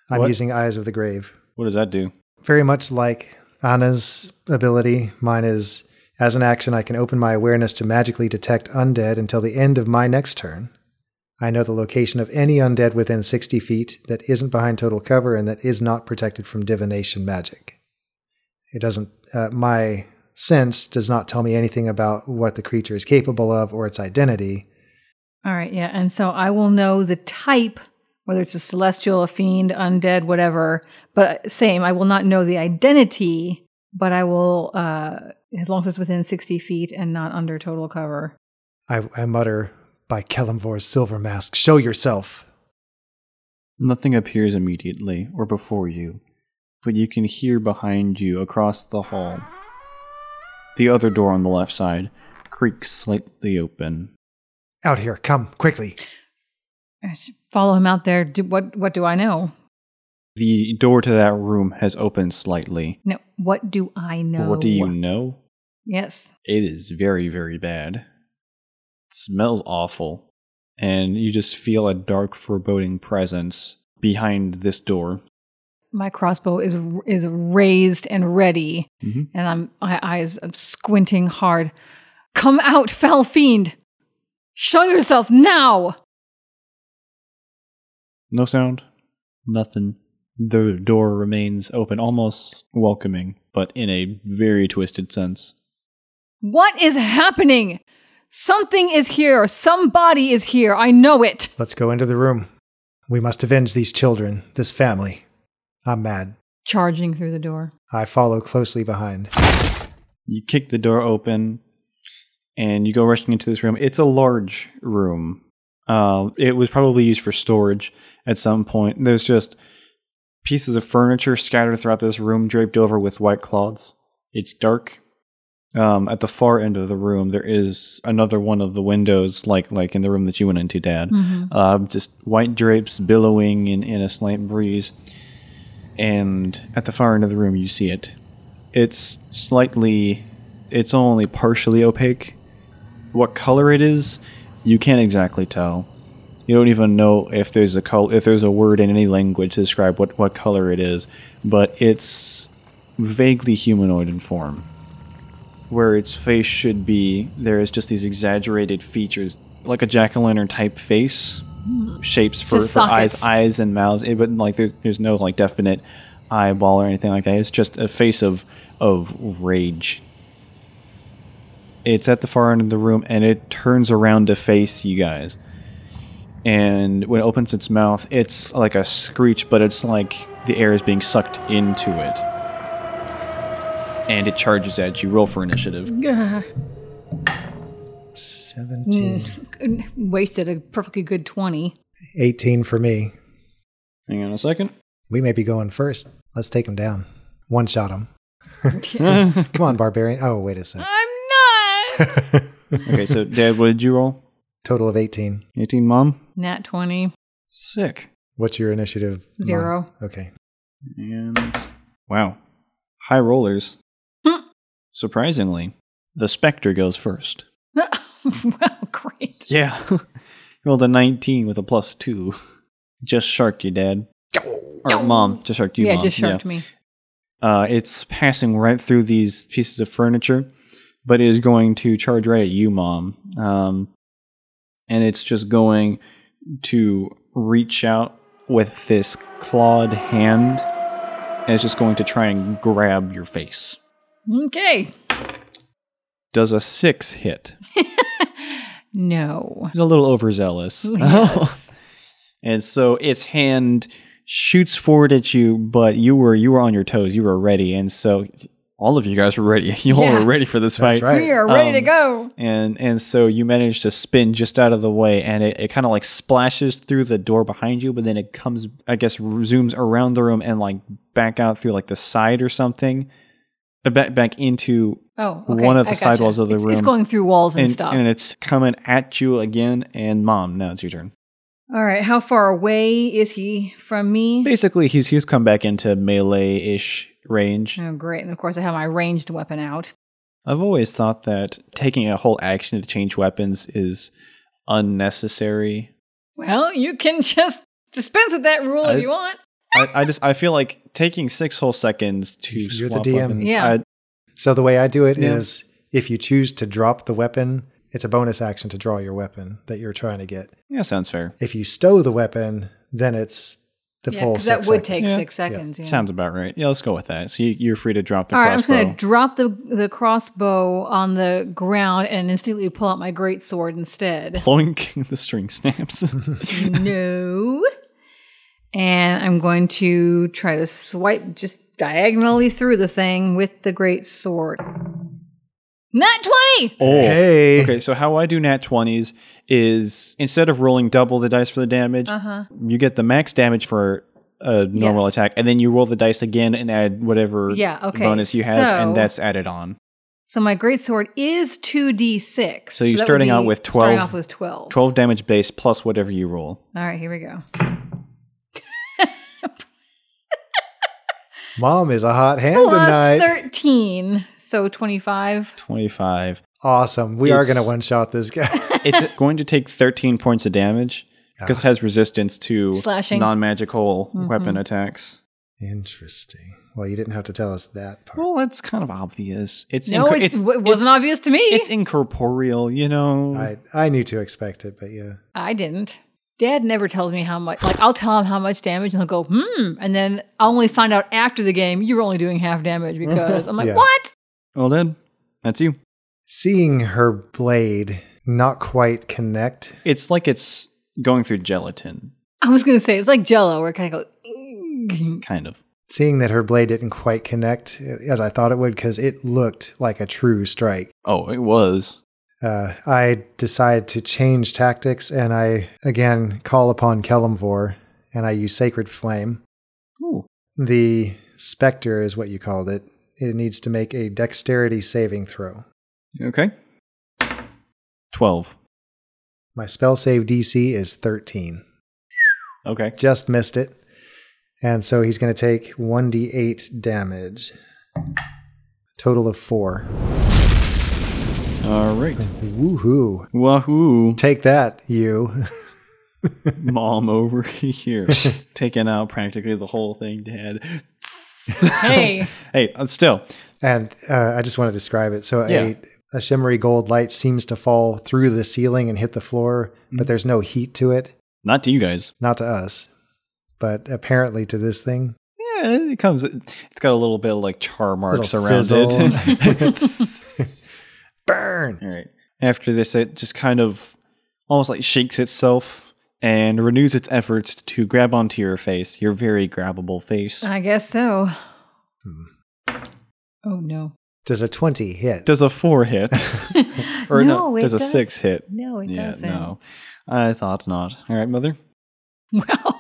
[SPEAKER 4] I'm
[SPEAKER 2] What?
[SPEAKER 4] using Eyes of the Grave.
[SPEAKER 2] What does that do?
[SPEAKER 4] Very much like Anna's ability, mine is as an action, I can open my awareness to magically detect undead until the end of my next turn. I know the location of any undead within 60 feet that isn't behind total cover and that is not protected from divination magic. It doesn't, uh, my sense does not tell me anything about what the creature is capable of or its identity.
[SPEAKER 1] All right, yeah. And so I will know the type, whether it's a celestial, a fiend, undead, whatever. But same, I will not know the identity, but I will, uh, as long as it's within 60 feet and not under total cover.
[SPEAKER 4] I, I mutter, by Kelimvor's silver mask, show yourself.
[SPEAKER 2] Nothing appears immediately or before you, but you can hear behind you across the hall. The other door on the left side creaks slightly open.
[SPEAKER 4] Out here, come, quickly.
[SPEAKER 1] I should follow him out there. Do, what, what do I know?
[SPEAKER 2] The door to that room has opened slightly.
[SPEAKER 1] No, what do I know?
[SPEAKER 2] What do you know?
[SPEAKER 1] Yes.
[SPEAKER 2] It is very, very bad. smells awful. And you just feel a dark, foreboding presence behind this door.
[SPEAKER 1] My crossbow is is raised and ready,
[SPEAKER 2] Mhm.
[SPEAKER 1] and I'm my eyes are squinting hard. Come out, foul fiend! Show yourself now!
[SPEAKER 2] No sound, nothing. The door remains open, almost welcoming, but in a very twisted sense.
[SPEAKER 1] What is happening? Something is here. Somebody is here. I know it.
[SPEAKER 4] Let's go into the room. We must avenge these children, this family. I'm mad.
[SPEAKER 1] Charging through the door.
[SPEAKER 4] I follow closely behind.
[SPEAKER 2] You kick the door open and you go rushing into this room. It's a large room. Uh, it was probably used for storage at some point. There's just pieces of furniture scattered throughout this room, draped over with white cloths. It's dark. Um, at the far end of the room, there is another one of the windows, like like in the room that you went into, Dad. Uh, just white drapes billowing in, in a slight breeze. And at the far end of the room, you see it it's slightly it's only partially opaque what color it is you can't exactly tell you don't even know if there's a col- if there's a word in any language to describe what, what color it is but it's vaguely humanoid in form where its face should be there is just these exaggerated features like a jack-o'-lantern type face shapes for,
[SPEAKER 1] Just
[SPEAKER 2] for eyes
[SPEAKER 1] sockets.
[SPEAKER 2] eyes and mouths it, but like there, there's no like definite eyeball or anything like that it's just a face of of rage it's at the far end of the room and it turns around to face you guys and when it opens its mouth it's like a screech but it's like the air is being sucked into it and it charges at you roll for initiative
[SPEAKER 4] 17.
[SPEAKER 1] Wasted a perfectly good 20.
[SPEAKER 4] 18 for me.
[SPEAKER 2] hang on a second
[SPEAKER 4] We may be going first. Let's take him down. One shot him. Come on, barbarian. Oh, wait a sec.
[SPEAKER 1] I'm not!
[SPEAKER 2] okay so dad what did you roll
[SPEAKER 4] Total of 18.
[SPEAKER 2] 18 mom
[SPEAKER 1] Nat 20.
[SPEAKER 2] sick
[SPEAKER 4] What's your initiative? Mon?
[SPEAKER 1] Zero.
[SPEAKER 4] Okay.
[SPEAKER 2] And wow, high rollers.
[SPEAKER 1] Hmm.
[SPEAKER 2] Surprisingly, the specter goes first.
[SPEAKER 1] well, great.
[SPEAKER 2] Yeah, rolled a nineteen with a plus two. Just sharked you, Dad. Or mom, just sharked you.
[SPEAKER 1] yeah,
[SPEAKER 2] mom.
[SPEAKER 1] just sharked me.
[SPEAKER 2] Uh, it's passing right through these pieces of furniture, but it is going to charge right at you, Mom. Um, and it's just going to reach out with this clawed hand, and it's just going to try and grab your face.
[SPEAKER 1] Okay.
[SPEAKER 2] Does a six hit?
[SPEAKER 1] No.
[SPEAKER 2] He's a little overzealous.
[SPEAKER 1] Yes.
[SPEAKER 2] and so its hand shoots forward at you, but you were you were on your toes. You were ready, and so all of you guys were ready. You all
[SPEAKER 1] Yeah.
[SPEAKER 2] were ready for this
[SPEAKER 4] That's
[SPEAKER 2] fight.
[SPEAKER 4] right.
[SPEAKER 1] We are ready to
[SPEAKER 2] Um,
[SPEAKER 1] go.
[SPEAKER 2] and and so you manage to spin just out of the way and it, it kind of like splashes through the door behind you but then it comes i guess zooms around the room and like back out through like the side or something Uh, back back into
[SPEAKER 1] Oh, okay.
[SPEAKER 2] one of
[SPEAKER 1] I
[SPEAKER 2] the
[SPEAKER 1] gotcha.
[SPEAKER 2] sidewalls of the
[SPEAKER 1] It's-
[SPEAKER 2] room
[SPEAKER 1] It's going through walls and,
[SPEAKER 2] and,
[SPEAKER 1] stuff.
[SPEAKER 2] and it's coming at you again and mom now it's your turn
[SPEAKER 1] All right. How far away is he from me?
[SPEAKER 2] basically he's he's come back into melee-ish range
[SPEAKER 1] Oh, great. And of course, I have my ranged weapon out.
[SPEAKER 2] I've always thought that taking a whole action to change weapons is unnecessary
[SPEAKER 1] Well, you can just dispense with that rule
[SPEAKER 2] I-
[SPEAKER 1] if you want.
[SPEAKER 2] I, I just I feel like taking six whole seconds to
[SPEAKER 4] You're the
[SPEAKER 2] swap
[SPEAKER 4] DM.
[SPEAKER 2] weapons.
[SPEAKER 1] Yeah.
[SPEAKER 2] I,
[SPEAKER 4] So the way I do it is
[SPEAKER 2] Yeah.
[SPEAKER 4] if you choose to drop the weapon, it's a bonus action to draw your weapon that you're trying to get.
[SPEAKER 2] yeah, sounds fair.
[SPEAKER 4] If you stow the weapon, then it's the
[SPEAKER 1] yeah,
[SPEAKER 4] full
[SPEAKER 1] because that
[SPEAKER 4] six
[SPEAKER 1] would
[SPEAKER 4] seconds.
[SPEAKER 1] take
[SPEAKER 2] Yeah.
[SPEAKER 1] six seconds. Yeah.
[SPEAKER 2] Sounds about right. Yeah, let's go with that. So you, you're free to drop the
[SPEAKER 1] All right, I'm just
[SPEAKER 2] crossbow.
[SPEAKER 1] going to drop the, the crossbow on the ground and instantly pull out my greatsword instead.
[SPEAKER 2] Ploink, the string snaps.
[SPEAKER 1] no. And I'm going to try to swipe just diagonally through the thing with the great sword. Not 20!
[SPEAKER 2] oh.
[SPEAKER 4] Hey.
[SPEAKER 2] Okay, so how I do nat 20s is instead of rolling double the dice for the damage,
[SPEAKER 1] Uh-huh.
[SPEAKER 2] you get the max damage for a normal
[SPEAKER 1] Yes.
[SPEAKER 2] attack, and then you roll the dice again and add whatever
[SPEAKER 1] Yeah, okay,
[SPEAKER 2] bonus you have,
[SPEAKER 1] so-
[SPEAKER 2] and that's added on.
[SPEAKER 1] So my great sword is 2d6.
[SPEAKER 2] So you're
[SPEAKER 1] that would
[SPEAKER 2] starting out
[SPEAKER 1] be
[SPEAKER 2] with
[SPEAKER 1] Starting
[SPEAKER 2] 12.
[SPEAKER 1] off with 12.
[SPEAKER 2] 12 damage base plus whatever you roll.
[SPEAKER 1] All right, here we go.
[SPEAKER 4] Mom is a hot hand tonight.
[SPEAKER 1] Plus 13. So 25.
[SPEAKER 2] 25.
[SPEAKER 4] awesome. We are
[SPEAKER 2] It's-
[SPEAKER 4] going to one shot this guy.
[SPEAKER 2] it's going to take 13 points of damage because it has resistance to
[SPEAKER 1] Ah. Slashing. Mm-hmm.
[SPEAKER 2] non-magical weapon attacks.
[SPEAKER 4] Interesting. Well, you didn't have to tell us that part.
[SPEAKER 2] Well, that's kind of obvious. It's
[SPEAKER 1] No,
[SPEAKER 2] incor-
[SPEAKER 1] it
[SPEAKER 2] it's,
[SPEAKER 1] w- wasn't obvious to me.
[SPEAKER 2] it's incorporeal, you know.
[SPEAKER 4] I, I knew to expect it, but yeah.
[SPEAKER 1] I didn't. Dad never tells me how much. Like I'll tell him how much damage, and he'll go hmm, and then I'll only find out after the game you were only doing half damage because I'm like,
[SPEAKER 4] Yeah.
[SPEAKER 1] what?
[SPEAKER 2] well, then that's you.
[SPEAKER 4] Seeing her blade not quite connect,
[SPEAKER 2] It's like it's going through gelatin,
[SPEAKER 1] I was gonna say it's like Jello, where it kind of goes.
[SPEAKER 2] kind of.
[SPEAKER 4] seeing that her blade didn't quite connect uh, as I thought it would, because it looked like a true strike.
[SPEAKER 2] Oh, it was.
[SPEAKER 4] uh, I decide to change tactics and I again call upon Kellamvor and I use Sacred Flame.
[SPEAKER 2] Ooh.
[SPEAKER 4] The Spectre is what you called it. It needs to make a dexterity saving throw.
[SPEAKER 2] Okay. 12.
[SPEAKER 4] My spell save DC is 13.
[SPEAKER 2] Okay.
[SPEAKER 4] Just missed it. And so he's going to take 1d8 damage. Total of four.
[SPEAKER 2] All right.
[SPEAKER 4] Woohoo.
[SPEAKER 2] Wahoo.
[SPEAKER 4] Take that, you.
[SPEAKER 2] Mom over here. Taking out practically the whole thing, Dad.
[SPEAKER 1] Hey,
[SPEAKER 2] Hey, uh, still.
[SPEAKER 4] And uh, I just want to describe it. So
[SPEAKER 2] Yeah.
[SPEAKER 4] a, a shimmery gold light seems to fall through the ceiling and hit the floor, but there's no heat to it.
[SPEAKER 2] Not to you guys.
[SPEAKER 4] Not to us, but apparently to this thing.
[SPEAKER 2] Yeah, it comes. It's got a little bit of like char marks
[SPEAKER 4] Little
[SPEAKER 2] around
[SPEAKER 4] sizzle.
[SPEAKER 2] it.
[SPEAKER 4] Burn!
[SPEAKER 2] All right. After this, it just kind of almost like shakes itself and renews its efforts to grab onto your face, your very grabbable face.
[SPEAKER 1] I guess so.
[SPEAKER 4] Hmm.
[SPEAKER 1] Oh no,
[SPEAKER 4] Does a 20 hit?
[SPEAKER 2] Does a four hit? or no,
[SPEAKER 1] No, it
[SPEAKER 2] does a
[SPEAKER 1] does-
[SPEAKER 2] six hit?
[SPEAKER 1] no, it doesn't.
[SPEAKER 2] No, I thought not. All right, mother.
[SPEAKER 1] Well,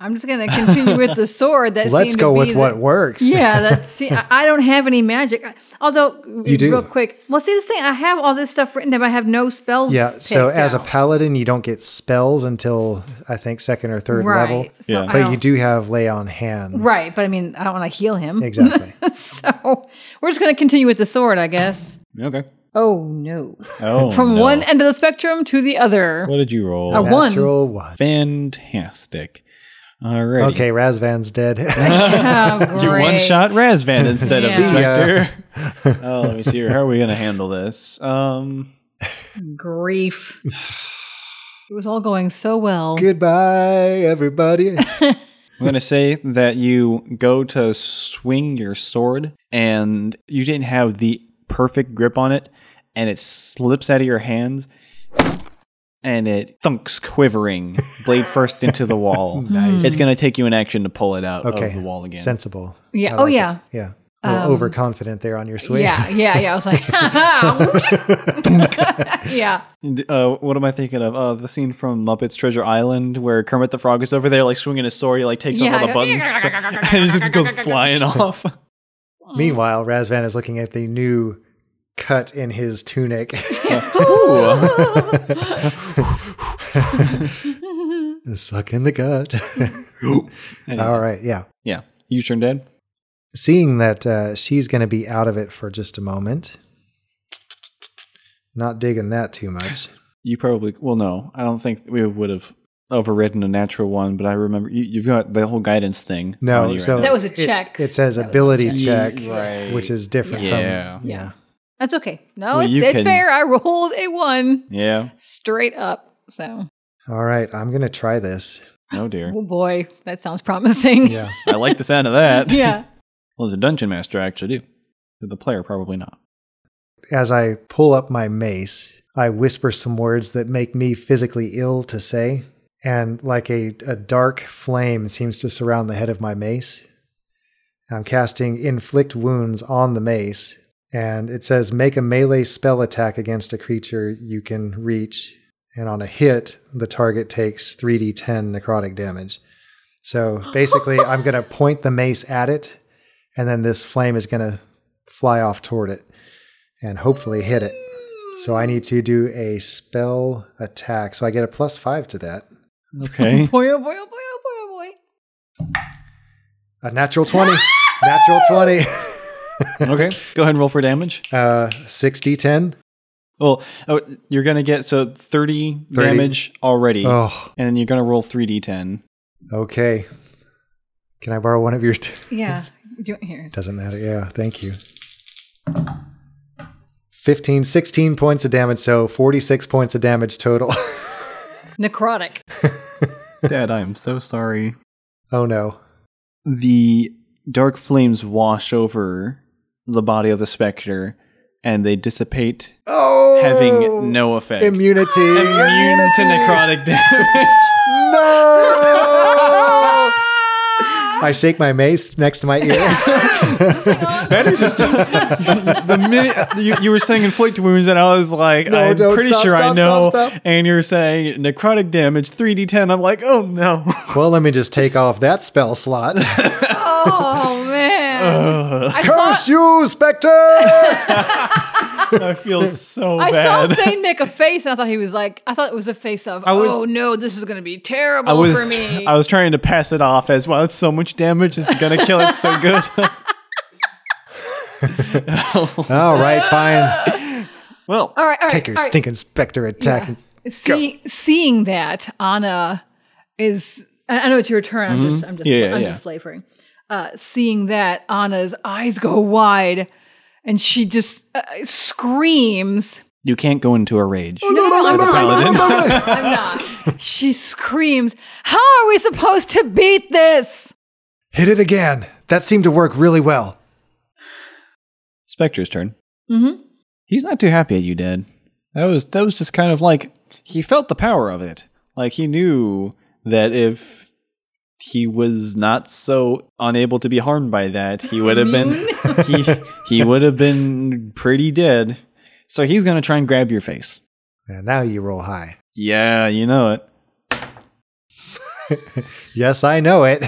[SPEAKER 1] I'm just gonna continue with the sword. That
[SPEAKER 4] Let's
[SPEAKER 1] seemed
[SPEAKER 4] go
[SPEAKER 1] to be
[SPEAKER 4] with
[SPEAKER 1] the-
[SPEAKER 4] what works.
[SPEAKER 1] Yeah, that's. See, I, I don't have any magic. I- Although,
[SPEAKER 4] You do.
[SPEAKER 1] real quick. Well, see, this thing, I have all this stuff written down. but I have no spells.
[SPEAKER 4] Yeah, so
[SPEAKER 1] picked
[SPEAKER 4] as a
[SPEAKER 1] out.
[SPEAKER 4] paladin, you don't get spells until I think second or third
[SPEAKER 1] right.
[SPEAKER 4] level,
[SPEAKER 1] So
[SPEAKER 2] Yeah.
[SPEAKER 1] I
[SPEAKER 4] but
[SPEAKER 1] don't-
[SPEAKER 4] you do have lay on hands.
[SPEAKER 1] Right, but I mean, I don't want to heal him.
[SPEAKER 4] Exactly.
[SPEAKER 1] so we're just going to continue with the sword, I guess.
[SPEAKER 2] Okay.
[SPEAKER 1] Oh no!
[SPEAKER 2] Oh,
[SPEAKER 1] From
[SPEAKER 2] no.
[SPEAKER 1] one end of the spectrum to the other.
[SPEAKER 2] What did you roll?
[SPEAKER 1] A one.
[SPEAKER 4] Natural one.
[SPEAKER 2] Fantastic. All right.
[SPEAKER 4] Okay, Razvan's dead.
[SPEAKER 1] Oh,
[SPEAKER 2] You one shot
[SPEAKER 1] great.
[SPEAKER 2] Razvan instead of
[SPEAKER 1] Yeah.
[SPEAKER 2] the
[SPEAKER 1] See
[SPEAKER 2] Spectre. oh, let me see here. How are we going to handle this? Um,
[SPEAKER 1] Grief. It was all going so well.
[SPEAKER 4] Goodbye, everybody.
[SPEAKER 2] I'm going to say that you go to swing your sword and you didn't have the perfect grip on it and it slips out of your hands and it thunks quivering blade first into the wall.
[SPEAKER 4] Nice.
[SPEAKER 2] It's going to take you an action to pull it out
[SPEAKER 4] Okay.
[SPEAKER 2] of the wall again.
[SPEAKER 4] Sensible.
[SPEAKER 1] Yeah.
[SPEAKER 4] I
[SPEAKER 1] oh
[SPEAKER 4] like it.
[SPEAKER 1] yeah. Um,
[SPEAKER 4] Yeah. A little overconfident there on your swing.
[SPEAKER 1] Yeah. Yeah. Yeah. I was like, "Ha, ha." yeah.
[SPEAKER 2] Uh, what am I thinking of? Uh, the scene from Muppets Treasure Island where Kermit the Frog is over there, like swinging his sword, he like takes
[SPEAKER 1] Yeah,
[SPEAKER 2] off all the
[SPEAKER 1] I
[SPEAKER 2] buttons, and it just goes flying off.
[SPEAKER 4] Meanwhile, Razvan is looking at the new cut in his tunic. Suck in the gut. All right, yeah.
[SPEAKER 2] Yeah, you turn dead.
[SPEAKER 4] Seeing that uh, she's going to be out of it for just a moment, not digging that too much.
[SPEAKER 2] You probably well, no, I don't think we would have overridden a natural one, but I remember you, you've got the whole guidance thing. on
[SPEAKER 4] No,
[SPEAKER 2] you
[SPEAKER 4] so
[SPEAKER 2] right
[SPEAKER 1] That was a
[SPEAKER 4] it-
[SPEAKER 1] check.
[SPEAKER 4] It, says
[SPEAKER 1] That was a
[SPEAKER 4] ability
[SPEAKER 2] check.
[SPEAKER 4] check,
[SPEAKER 2] Right.
[SPEAKER 4] which is different
[SPEAKER 2] Yeah.
[SPEAKER 4] from
[SPEAKER 1] Yeah. That's okay. No,
[SPEAKER 2] Well,
[SPEAKER 1] it's,
[SPEAKER 2] you
[SPEAKER 1] it's
[SPEAKER 2] can-
[SPEAKER 1] fair. I rolled a one
[SPEAKER 2] now. yeah.
[SPEAKER 1] straight up. So,
[SPEAKER 4] All right, I'm going to try this.
[SPEAKER 2] Oh dear,
[SPEAKER 1] oh boy, that sounds promising.
[SPEAKER 4] Yeah.
[SPEAKER 2] I like the sound of that.
[SPEAKER 1] yeah.
[SPEAKER 2] Well, as a dungeon master, I actually do. But the player probably not.
[SPEAKER 4] As I pull up my mace, I whisper some words that make me physically ill to say, and like a, a dark flame seems to surround the head of my mace. I'm casting inflict wounds on the mace, and it says make a melee spell attack against a creature you can reach, and on a hit, the target takes 3d10 necrotic damage. So basically, I'm going to point the mace at it, and then this flame is going to fly off toward it and hopefully hit it. So I need to do a spell attack. So I get a plus five to that.
[SPEAKER 2] Okay.
[SPEAKER 1] Boy, oh boy, oh boy, oh boy, oh
[SPEAKER 4] A natural 20. natural 20.
[SPEAKER 2] okay. Go ahead and roll for damage.
[SPEAKER 4] Uh, 60, 10.
[SPEAKER 2] Well, oh, you're gonna get so 30,
[SPEAKER 4] 30.
[SPEAKER 2] damage already,
[SPEAKER 4] Oh,
[SPEAKER 2] and then you're gonna roll three d10.
[SPEAKER 4] okay. Can I borrow one of your? T-
[SPEAKER 1] boy. Yeah. Do it here.
[SPEAKER 4] Doesn't matter. Yeah, thank you. 15, 16 points of damage. So 46 points of damage total.
[SPEAKER 1] Necrotic.
[SPEAKER 2] Dad, I am so sorry.
[SPEAKER 4] oh, no.
[SPEAKER 2] The dark flames wash over the body of the specter, and they dissipate,
[SPEAKER 4] Oh,
[SPEAKER 2] having no effect.
[SPEAKER 4] immunity.
[SPEAKER 2] Immune to necrotic damage.
[SPEAKER 4] No! I shake my mace next to my ear.
[SPEAKER 2] that is just the minute you, you were saying inflict wounds, and I was like,
[SPEAKER 4] No,
[SPEAKER 2] I'm
[SPEAKER 4] don't.
[SPEAKER 2] pretty
[SPEAKER 4] Stop,
[SPEAKER 2] sure I
[SPEAKER 4] stop,
[SPEAKER 2] know.
[SPEAKER 4] stop, stop.
[SPEAKER 2] And you're saying necrotic damage, 3d10. I'm like, oh no.
[SPEAKER 4] well, let me just take off that spell slot.
[SPEAKER 1] Oh, man.
[SPEAKER 2] Ugh,
[SPEAKER 1] I
[SPEAKER 4] Curse
[SPEAKER 1] saw,
[SPEAKER 4] you, Spectre!
[SPEAKER 2] I feel so
[SPEAKER 1] I saw
[SPEAKER 2] bad.
[SPEAKER 1] Zane make a face, and I thought he was like, I thought it was a face of,
[SPEAKER 2] was-
[SPEAKER 1] oh no, this is going to be terrible
[SPEAKER 2] I was
[SPEAKER 1] for me.
[SPEAKER 2] I was trying to pass it off as well. It's so much damage. It's gonna kill it so good.
[SPEAKER 4] all right, fine.
[SPEAKER 2] well,
[SPEAKER 1] all right, all right.
[SPEAKER 4] Take your
[SPEAKER 1] all right.
[SPEAKER 4] stinking Spectre attack.
[SPEAKER 1] See, seeing that Anna is I, I know it's your turn. I'm just I'm just
[SPEAKER 2] Yeah, yeah,
[SPEAKER 1] I'm
[SPEAKER 2] yeah.
[SPEAKER 1] just flavoring. Uh, seeing that Anna's eyes go wide and she just uh, screams.
[SPEAKER 2] you can't go into a rage.
[SPEAKER 1] No, no, I'm not. I'm
[SPEAKER 2] Paladin.
[SPEAKER 1] not. I'm not. She screams, "How are we supposed to beat this?"
[SPEAKER 4] Hit it again. That seemed to work really well.
[SPEAKER 2] Spectre's turn.
[SPEAKER 1] Mhm.
[SPEAKER 2] He's not too happy at you, Dad. That was that was just kind of like he felt the power of it. Like he knew that if he was not so unable to be harmed by that, he would have been he he would have been pretty dead. So he's gonna try and grab your face.
[SPEAKER 4] And now you roll high.
[SPEAKER 2] Yeah, you know it.
[SPEAKER 4] Yes, I know it.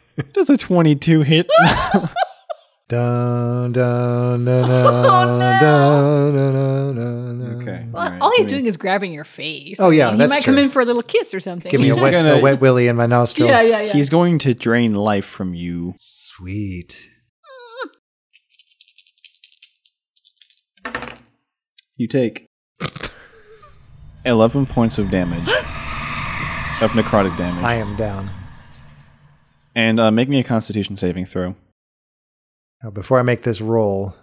[SPEAKER 2] Does a 22 hit?
[SPEAKER 4] dun, dun, dun,
[SPEAKER 1] Oh,
[SPEAKER 4] dun, dun, dun, dun, dun.
[SPEAKER 2] okay.
[SPEAKER 1] Well, all he's doing is grabbing your face.
[SPEAKER 4] Oh, yeah,
[SPEAKER 1] he
[SPEAKER 4] that's
[SPEAKER 1] might come
[SPEAKER 4] true.
[SPEAKER 1] in for a little kiss or something.
[SPEAKER 4] Give me a
[SPEAKER 2] He's
[SPEAKER 4] wet,
[SPEAKER 2] gonna-
[SPEAKER 4] a wet willy in my nostril.
[SPEAKER 1] yeah, yeah, yeah.
[SPEAKER 2] He's going to drain life from you.
[SPEAKER 4] Sweet.
[SPEAKER 2] You take 11 points of damage. of necrotic damage.
[SPEAKER 4] I am down.
[SPEAKER 2] And uh, make me a Constitution saving throw.
[SPEAKER 4] Now, before I make this roll,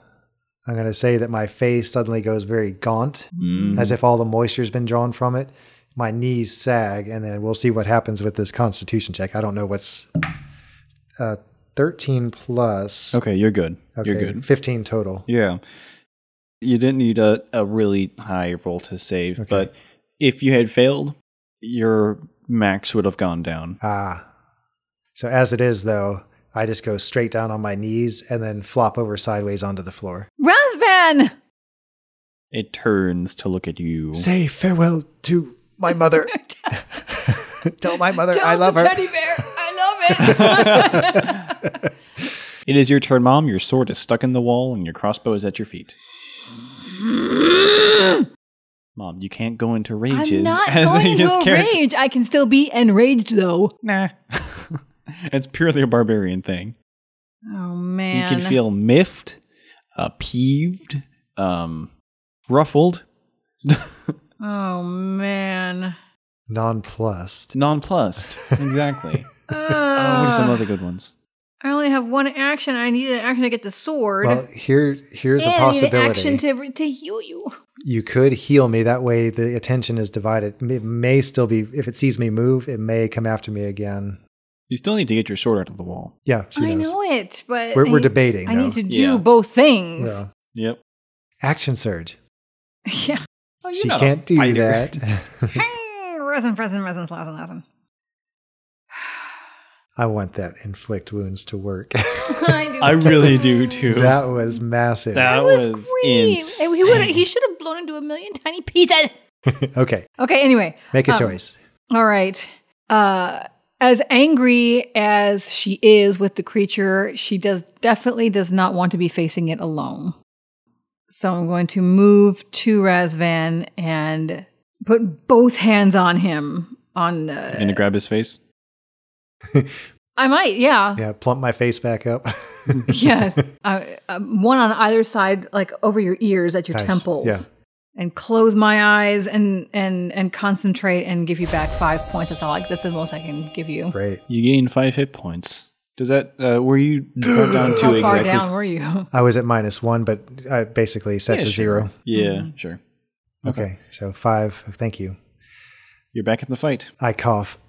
[SPEAKER 4] I'm going to say that my face suddenly goes very gaunt,
[SPEAKER 2] Mm-hmm.
[SPEAKER 4] as if all the moisture's been drawn from it. My knees sag, and then we'll see what happens with this constitution check. I don't know what's uh, 13 plus.
[SPEAKER 2] Okay, you're good. You're
[SPEAKER 4] Okay,
[SPEAKER 2] good.
[SPEAKER 4] 15 total.
[SPEAKER 2] Yeah. You didn't need a, a really high roll to save,
[SPEAKER 4] Okay.
[SPEAKER 2] but if you had failed, your max would have gone down.
[SPEAKER 4] Ah. So as it is, though, I just go straight down on my knees and then flop over sideways onto the floor.
[SPEAKER 1] Razvan!
[SPEAKER 2] It turns to look at you.
[SPEAKER 4] Say farewell to my mother. Tell my mother I love
[SPEAKER 1] the
[SPEAKER 4] her.
[SPEAKER 1] teddy bear. I love it.
[SPEAKER 2] It is your turn, Mom. Your sword is stuck in the wall and your crossbow is at your feet. Mom, you can't go into rages
[SPEAKER 1] I'm not
[SPEAKER 2] as
[SPEAKER 1] going
[SPEAKER 2] a
[SPEAKER 1] into
[SPEAKER 2] used
[SPEAKER 1] a
[SPEAKER 2] character.
[SPEAKER 1] rage. I can still be enraged though.
[SPEAKER 2] Nah. it's purely a barbarian thing.
[SPEAKER 1] Oh man.
[SPEAKER 2] You can feel miffed, uh, peeved, um, ruffled,
[SPEAKER 1] Oh man.
[SPEAKER 4] Nonplussed.
[SPEAKER 2] nonplussed. Exactly. oh, what are some other good ones?
[SPEAKER 1] I only have one action. I need an action to get the sword.
[SPEAKER 4] Well, here here's
[SPEAKER 1] and
[SPEAKER 4] a
[SPEAKER 1] I need
[SPEAKER 4] possibility.
[SPEAKER 1] an action to, re- to heal you.
[SPEAKER 4] you could heal me. That way, the attention is divided. It may still be if it sees me move, it may come after me again.
[SPEAKER 2] You still need to get your sword out of the wall.
[SPEAKER 4] Yeah, she
[SPEAKER 1] I
[SPEAKER 4] knows.
[SPEAKER 1] know it, but
[SPEAKER 4] We're-
[SPEAKER 1] I
[SPEAKER 4] we're
[SPEAKER 1] need-
[SPEAKER 4] debating,
[SPEAKER 1] I
[SPEAKER 4] though.
[SPEAKER 1] need to do
[SPEAKER 2] Yeah.
[SPEAKER 1] both things.
[SPEAKER 4] Yeah.
[SPEAKER 2] Yep.
[SPEAKER 4] Action surge.
[SPEAKER 1] Yeah.
[SPEAKER 2] Oh,
[SPEAKER 4] she can't do that.
[SPEAKER 1] Hang, resin, resin, resin, slazin, slazin.
[SPEAKER 4] I want that inflict wounds to work.
[SPEAKER 1] I, do
[SPEAKER 2] I
[SPEAKER 1] too.
[SPEAKER 2] really do too.
[SPEAKER 4] that was massive.
[SPEAKER 2] That
[SPEAKER 1] That was,
[SPEAKER 2] was
[SPEAKER 1] great. And He, would,
[SPEAKER 2] insane.
[SPEAKER 1] he should have blown into a million tiny pieces.
[SPEAKER 4] okay,
[SPEAKER 1] Okay. Anyway.
[SPEAKER 4] make a
[SPEAKER 1] Um,
[SPEAKER 4] choice.
[SPEAKER 1] All right. Uh, as angry as she is with the creature, she does definitely does not want to be facing it alone. So I'm going to move to Razvan and put both hands on him. On
[SPEAKER 2] You're
[SPEAKER 1] uh,
[SPEAKER 2] gonna grab his face.
[SPEAKER 1] I might, yeah,
[SPEAKER 4] Yeah, plump my face back up.
[SPEAKER 1] yes. Uh, uh, one on either side, like over your ears at your
[SPEAKER 4] Nice.
[SPEAKER 1] temples,
[SPEAKER 4] Yeah.
[SPEAKER 1] and close my eyes and and and concentrate and give you back five points. That's all. I, that's the most I can give you.
[SPEAKER 4] Great.
[SPEAKER 2] You gain five hit points. Does that? Uh, were you brought down to
[SPEAKER 1] How
[SPEAKER 2] exactly?
[SPEAKER 1] far down were you?
[SPEAKER 4] I was at minus one, but I basically set
[SPEAKER 2] Yeah,
[SPEAKER 4] to
[SPEAKER 2] sure.
[SPEAKER 4] zero.
[SPEAKER 2] Yeah, sure.
[SPEAKER 4] Okay. so five. Thank you.
[SPEAKER 2] You're back in the fight.
[SPEAKER 4] I cough.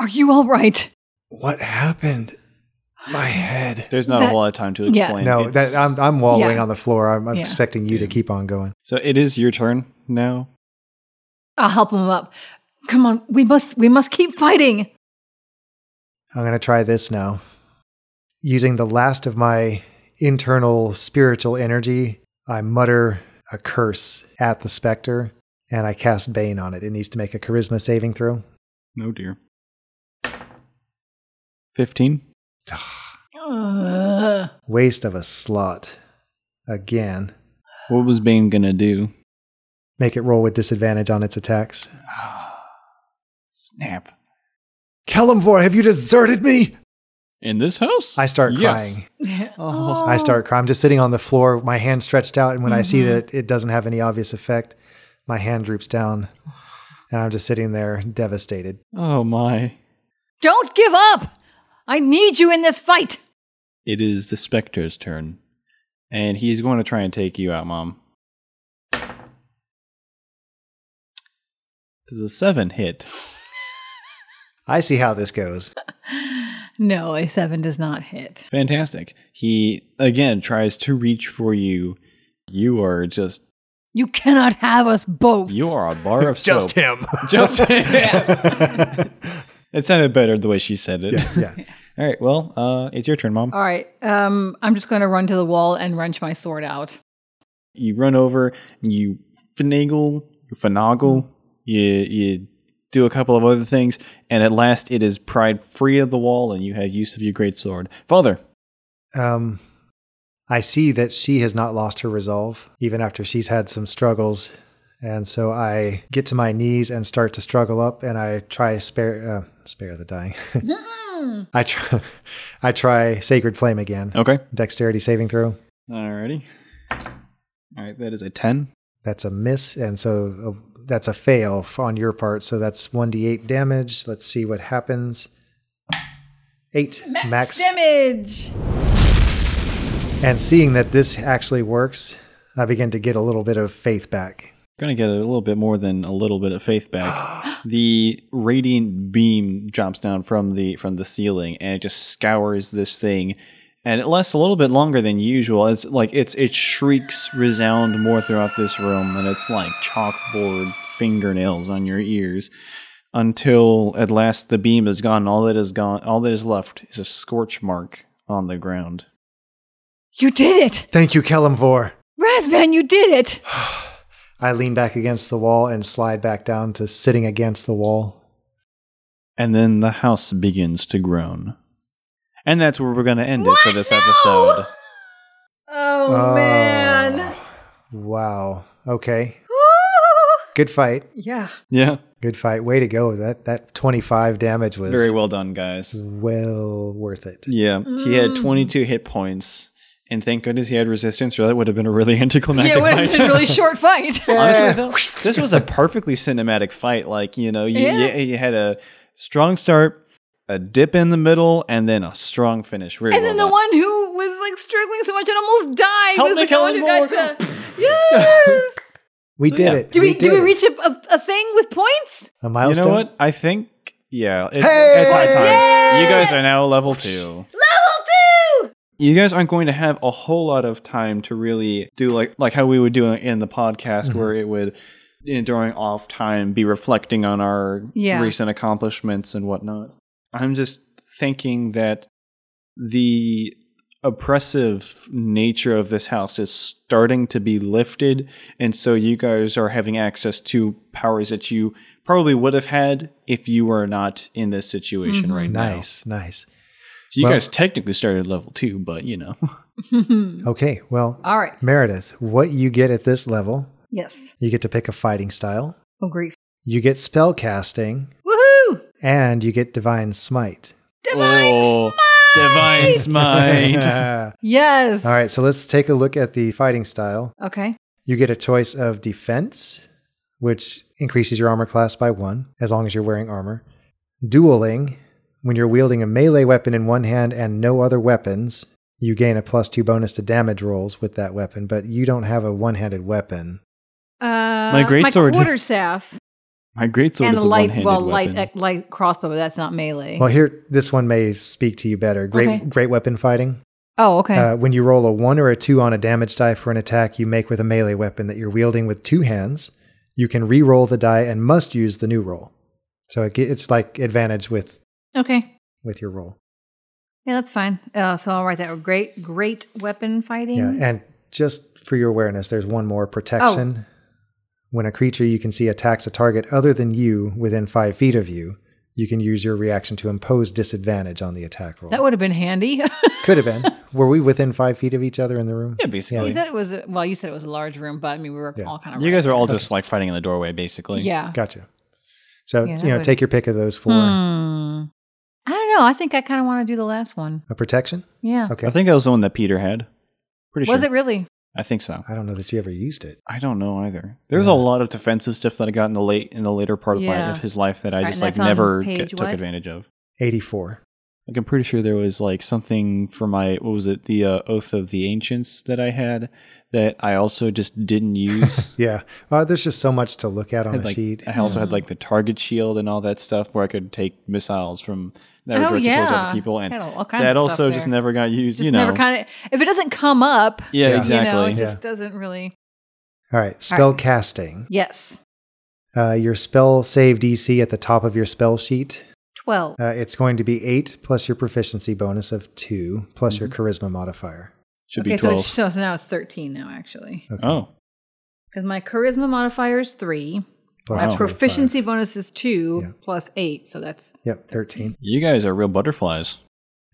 [SPEAKER 1] Are you all right?
[SPEAKER 4] What happened? My head.
[SPEAKER 2] There's not a
[SPEAKER 1] That-
[SPEAKER 2] whole lot of time to
[SPEAKER 1] yeah.
[SPEAKER 2] explain.
[SPEAKER 4] No,
[SPEAKER 2] It's-
[SPEAKER 4] that, um, I'm I'm wallowing
[SPEAKER 1] Yeah.
[SPEAKER 4] on the floor. I'm, I'm
[SPEAKER 1] Yeah.
[SPEAKER 4] expecting you to keep on going.
[SPEAKER 2] so it is your turn now.
[SPEAKER 1] I'll help him up. Come on, we must we must keep fighting.
[SPEAKER 4] I'm gonna try this now. Using the last of my internal spiritual energy, I mutter a curse at the specter, and I cast Bane on it. It needs to make a charisma saving throw.
[SPEAKER 2] Oh dear. Fifteen.
[SPEAKER 4] Oh,
[SPEAKER 1] Ugh.
[SPEAKER 4] Waste of a slot. Again.
[SPEAKER 2] What was Bane gonna do?
[SPEAKER 4] Make it roll with disadvantage on its attacks.
[SPEAKER 2] Snap.
[SPEAKER 4] Kellamvor, have you deserted me?
[SPEAKER 2] In this house?
[SPEAKER 4] I start
[SPEAKER 2] Yes.
[SPEAKER 4] crying.
[SPEAKER 2] Oh.
[SPEAKER 4] I start crying. I'm just sitting on the floor, my hand stretched out, and when I see that it doesn't have any obvious effect, my hand droops down, and I'm just sitting there devastated.
[SPEAKER 2] Oh my.
[SPEAKER 1] Don't give up. I need you in this fight.
[SPEAKER 2] It is the Spectre's turn. And he's going to try and take you out, Mom. Does a seven hit?
[SPEAKER 4] I see how this goes.
[SPEAKER 1] No, a seven does not hit.
[SPEAKER 2] Fantastic. He again tries to reach for you. You are just
[SPEAKER 1] You cannot have us both.
[SPEAKER 2] you are a bar of soap.
[SPEAKER 4] him.
[SPEAKER 2] Just It sounded better the way she said it.
[SPEAKER 4] yeah.
[SPEAKER 2] All right. Well, uh, it's your turn, Mom.
[SPEAKER 1] all right. Um, I'm just going to run to the wall and wrench my sword out.
[SPEAKER 2] You run over. You finagle. You finagle. You you do a couple of other things, and at last it is pried free of the wall, and you have use of your great sword, Father.
[SPEAKER 4] Um, I see that she has not lost her resolve, even after she's had some struggles. And so I get to my knees and start to struggle up, and I try spare uh, spare the dying. I try, I try sacred flame again.
[SPEAKER 2] Okay.
[SPEAKER 4] Dexterity saving throw.
[SPEAKER 2] Alrighty. All right. That is a ten.
[SPEAKER 4] That's a miss, and so uh, that's a fail on your part. So that's one d8 damage. Let's see what happens. Eight max,
[SPEAKER 1] Damage!
[SPEAKER 4] And seeing that this actually works, I begin to get a little bit of faith back.
[SPEAKER 2] Gonna get a little bit more than a little bit of faith back. the radiant beam jumps down from the from the ceiling and it just scours this thing. And it lasts a little bit longer than usual. It's like it's its shrieks resound more throughout this room and it's like chalkboard fingernails on your ears. Until at last the beam is gone, all that is gone all that is left is a scorch mark on the ground.
[SPEAKER 1] You did it!
[SPEAKER 4] Thank you, Kellamvor.
[SPEAKER 1] Razvan, you did it!
[SPEAKER 4] I lean back against the wall and slide back down to sitting against the wall.
[SPEAKER 2] And then the house begins to groan. And that's where we're going to end it for this episode.
[SPEAKER 1] Oh,
[SPEAKER 4] Ah.
[SPEAKER 1] man.
[SPEAKER 4] Oh, Wow. Okay. Good fight.
[SPEAKER 1] Yeah.
[SPEAKER 2] Yeah.
[SPEAKER 4] Good fight. Way to go. That that 25 damage was
[SPEAKER 2] Very well done, guys.
[SPEAKER 4] well worth it.
[SPEAKER 2] Yeah. He had
[SPEAKER 1] Mm.
[SPEAKER 2] 22 hit points. And thank goodness he had resistance, or that would have been a really anticlimactic
[SPEAKER 1] Yeah, it would have
[SPEAKER 2] fight.
[SPEAKER 1] been a really short fight.
[SPEAKER 2] Honestly, though, this was a perfectly cinematic fight. Like, you know, you,
[SPEAKER 1] Yeah.
[SPEAKER 2] you, you had a strong start, a dip in the middle, and then a strong finish. Very
[SPEAKER 1] And
[SPEAKER 2] well
[SPEAKER 1] then the
[SPEAKER 2] done.
[SPEAKER 1] one who was like struggling so much and almost died
[SPEAKER 2] Help
[SPEAKER 1] was
[SPEAKER 2] me,
[SPEAKER 1] like the one who
[SPEAKER 2] Kellen
[SPEAKER 1] got to. Yes.
[SPEAKER 4] We did
[SPEAKER 2] yeah.
[SPEAKER 4] it.
[SPEAKER 1] Do we do we
[SPEAKER 4] did it.
[SPEAKER 1] reach a, a, a thing with points?
[SPEAKER 4] a
[SPEAKER 2] You
[SPEAKER 4] milestone?
[SPEAKER 2] know what? I think, yeah, it's,
[SPEAKER 4] Hey!
[SPEAKER 2] it's high time.
[SPEAKER 1] Yay!
[SPEAKER 2] You guys are now level two.
[SPEAKER 1] Level two.
[SPEAKER 2] you guys aren't going to have a whole lot of time to really do like like how we would do in the podcast where
[SPEAKER 4] Mm-hmm.
[SPEAKER 2] it would you know, during off time be reflecting on our
[SPEAKER 1] Yeah.
[SPEAKER 2] recent accomplishments and whatnot i'm just thinking that the oppressive nature of this house is starting to be lifted and so you guys are having access to powers that you probably would have had if you were not in this situation
[SPEAKER 4] Mm-hmm.
[SPEAKER 2] right now
[SPEAKER 4] Nice, nice.
[SPEAKER 2] you
[SPEAKER 4] Well-
[SPEAKER 2] guys technically started level two but you know
[SPEAKER 4] Okay, well,
[SPEAKER 1] All right.
[SPEAKER 4] Meredith, what you get at this level,
[SPEAKER 1] Yes.
[SPEAKER 4] you get to pick a fighting style,
[SPEAKER 1] Oh grief.
[SPEAKER 4] you get spell casting,
[SPEAKER 1] Woohoo!
[SPEAKER 4] and you get divine smite.
[SPEAKER 1] Divine
[SPEAKER 2] Oh, Divine smite.
[SPEAKER 1] Yes.
[SPEAKER 4] All right, so let's take a look at the fighting style.
[SPEAKER 1] Okay.
[SPEAKER 4] You get a choice of defense, which increases your armor class by one, as long as you're wearing armor. Dueling, when you're wielding a melee weapon in one hand and no other weapons, you gain a plus two bonus to damage rolls with that weapon, but you don't have a one handed weapon.
[SPEAKER 1] Uh,
[SPEAKER 2] My greatsword-
[SPEAKER 1] quarter staff,
[SPEAKER 2] My greatsword
[SPEAKER 1] and
[SPEAKER 2] is
[SPEAKER 1] a
[SPEAKER 2] a
[SPEAKER 1] light,
[SPEAKER 2] one-handed
[SPEAKER 1] well,
[SPEAKER 2] weapon.
[SPEAKER 1] light, ec- light crossbow. But that's not melee.
[SPEAKER 4] Well, here, this one may speak to you better. Great,
[SPEAKER 1] Okay.
[SPEAKER 4] great weapon fighting.
[SPEAKER 1] oh, okay.
[SPEAKER 4] Uh, when you roll a one or a two on a damage die for an attack you make with a melee weapon that you're wielding with two hands, you can re-roll the die and must use the new roll. So it, ge- it's like advantage with
[SPEAKER 1] okay.
[SPEAKER 4] with your roll.
[SPEAKER 1] Yeah, that's fine. Uh, so I'll write that. Great, great weapon fighting.
[SPEAKER 4] Yeah, and just for your awareness, there's one more
[SPEAKER 1] Oh.
[SPEAKER 4] protection. When a creature you can see attacks a target other than you within five feet of you, you can use your reaction to impose disadvantage on the attack roll.
[SPEAKER 1] that would have been handy.
[SPEAKER 4] could have been. Were we within five feet of each other in the room?
[SPEAKER 2] Yeah, basically.
[SPEAKER 1] You said it was a, well. You said it was a large room, but I mean, we were all kind of
[SPEAKER 2] You guys are all just like fighting in the doorway, basically.
[SPEAKER 1] yeah.
[SPEAKER 4] Gotcha. So
[SPEAKER 1] Yeah, that
[SPEAKER 4] you know,
[SPEAKER 1] would-
[SPEAKER 4] take your pick of those four.
[SPEAKER 1] Hmm. I don't know. I think I kind of want to do the last one.
[SPEAKER 4] A protection?
[SPEAKER 1] Yeah.
[SPEAKER 4] Okay.
[SPEAKER 2] I think that was the one that Peter had. Pretty
[SPEAKER 1] Was
[SPEAKER 2] sure.
[SPEAKER 1] it really?
[SPEAKER 2] I think so.
[SPEAKER 4] I don't know that you ever used it.
[SPEAKER 2] I don't know either. There's a lot of defensive stuff that I got in the late in the later part of, my,
[SPEAKER 1] Yeah.
[SPEAKER 2] of his life that I
[SPEAKER 1] Right,
[SPEAKER 2] just
[SPEAKER 1] and
[SPEAKER 2] like
[SPEAKER 1] that's on
[SPEAKER 2] never
[SPEAKER 1] page
[SPEAKER 2] get, took
[SPEAKER 1] what?
[SPEAKER 2] advantage of.
[SPEAKER 4] 84.
[SPEAKER 2] Like I'm pretty sure there was like something for my what was it the uh, oath of the ancients that I had that I also just didn't use.
[SPEAKER 4] Yeah. Uh, there's just so much to look at on
[SPEAKER 2] had,
[SPEAKER 4] a
[SPEAKER 2] like,
[SPEAKER 4] sheet.
[SPEAKER 2] I also had like the target shield and all that stuff where I could take missiles from that were
[SPEAKER 1] Oh,
[SPEAKER 2] directed towards
[SPEAKER 1] yeah.
[SPEAKER 2] other people, and
[SPEAKER 1] Had all- all kinds
[SPEAKER 2] that
[SPEAKER 1] of stuff
[SPEAKER 2] also just
[SPEAKER 1] there.
[SPEAKER 2] never got used.
[SPEAKER 1] Just
[SPEAKER 2] you know,
[SPEAKER 1] never kind of. If it doesn't come up,
[SPEAKER 2] yeah,
[SPEAKER 4] Yeah.
[SPEAKER 2] exactly.
[SPEAKER 1] you know, it
[SPEAKER 4] Yeah.
[SPEAKER 1] just doesn't really.
[SPEAKER 4] All right. Spell casting.
[SPEAKER 1] Yes.
[SPEAKER 4] Uh, your spell save DC at the top of your spell sheet.
[SPEAKER 1] Twelve.
[SPEAKER 4] Uh, it's going to be 8 plus your proficiency bonus of 2 plus your charisma modifier.
[SPEAKER 2] Should
[SPEAKER 1] okay,
[SPEAKER 2] be twelve.
[SPEAKER 1] So, it's, so now it's thirteen now actually,
[SPEAKER 4] Okay.
[SPEAKER 2] oh,
[SPEAKER 1] because my charisma modifier is three.
[SPEAKER 4] Plus
[SPEAKER 2] Wow.
[SPEAKER 1] My
[SPEAKER 4] two,
[SPEAKER 1] proficiency
[SPEAKER 4] five.
[SPEAKER 1] bonus is two
[SPEAKER 4] Yeah.
[SPEAKER 1] plus eight, so that's
[SPEAKER 4] Yep, 13.
[SPEAKER 2] you guys are real butterflies.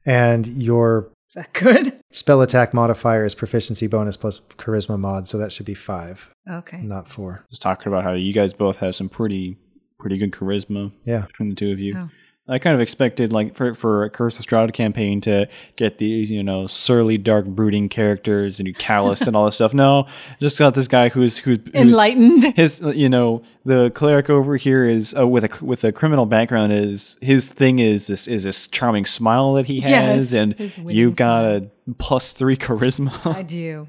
[SPEAKER 4] And your
[SPEAKER 1] is that good?
[SPEAKER 4] spell attack modifier is proficiency bonus plus charisma mod, so that should be 5,
[SPEAKER 1] Okay.
[SPEAKER 4] not 4.
[SPEAKER 2] Just talking about how you guys both have some pretty, pretty good charisma
[SPEAKER 4] Yeah.
[SPEAKER 2] between the two of you.
[SPEAKER 1] Oh.
[SPEAKER 2] I kind of expected like for for a Curse of Strahd campaign to get these you know surly, dark, brooding characters and you calloused and all this stuff. No, just got this guy who's who's, who's
[SPEAKER 1] Enlightened.
[SPEAKER 2] His you know the cleric over here is uh, with a with a criminal background is his thing is this is this charming smile that he has
[SPEAKER 1] Yes,
[SPEAKER 2] and
[SPEAKER 1] his winning
[SPEAKER 2] you've got a plus three charisma.
[SPEAKER 1] I do.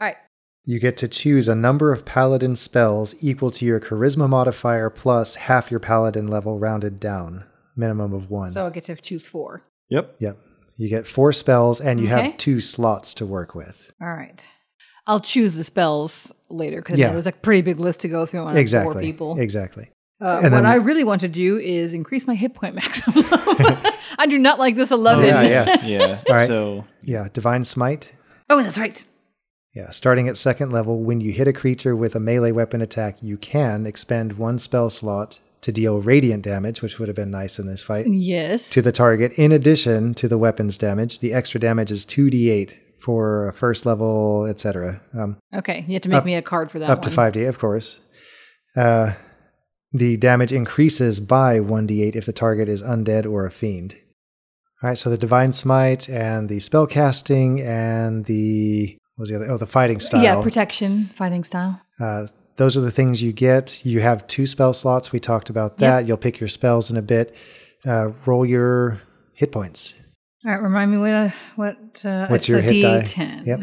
[SPEAKER 1] All right.
[SPEAKER 4] You get to choose a number of paladin spells equal to your charisma modifier plus half your paladin level rounded down, minimum of one.
[SPEAKER 1] So I get to choose four.
[SPEAKER 2] yep.
[SPEAKER 4] yep. You get four spells and you
[SPEAKER 1] Okay.
[SPEAKER 4] have two slots to work with.
[SPEAKER 1] All right. I'll choose the spells later because
[SPEAKER 4] Yeah.
[SPEAKER 1] there was a pretty big list to go through on
[SPEAKER 4] exactly.
[SPEAKER 1] four people.
[SPEAKER 4] Exactly.
[SPEAKER 1] Uh, what
[SPEAKER 4] And then-
[SPEAKER 1] I really want to do is increase my hit point maximum. I do not like this 11.
[SPEAKER 4] Oh, yeah, yeah.
[SPEAKER 2] Yeah.
[SPEAKER 4] All right.
[SPEAKER 2] So
[SPEAKER 4] Yeah, divine smite.
[SPEAKER 1] Oh, that's right.
[SPEAKER 4] Yeah, starting at second level, when you hit a creature with a melee weapon attack, you can expend one spell slot to deal radiant damage, which would have been nice in this fight,
[SPEAKER 1] Yes.
[SPEAKER 4] to the target. In addition to the weapon's damage, the extra damage is 2d8 for a first level, etc. Um,
[SPEAKER 1] okay. You have to make me a card for that
[SPEAKER 4] up
[SPEAKER 1] one.
[SPEAKER 4] to 5d, of course. Uh, the damage increases by 1d8 if the target is undead or a fiend. All right, so the divine smite and the spell casting and the what was the other? Oh, the fighting style.
[SPEAKER 1] Yeah, protection, fighting style.
[SPEAKER 4] Uh, those are the things you get. You have two spell slots. We talked about that. You'll pick your spells in a bit. Uh, roll your hit points.
[SPEAKER 1] All right. Remind me what, what uh,
[SPEAKER 4] What's
[SPEAKER 1] it's
[SPEAKER 4] your
[SPEAKER 1] a
[SPEAKER 4] hit die?
[SPEAKER 1] D10.
[SPEAKER 4] Yep.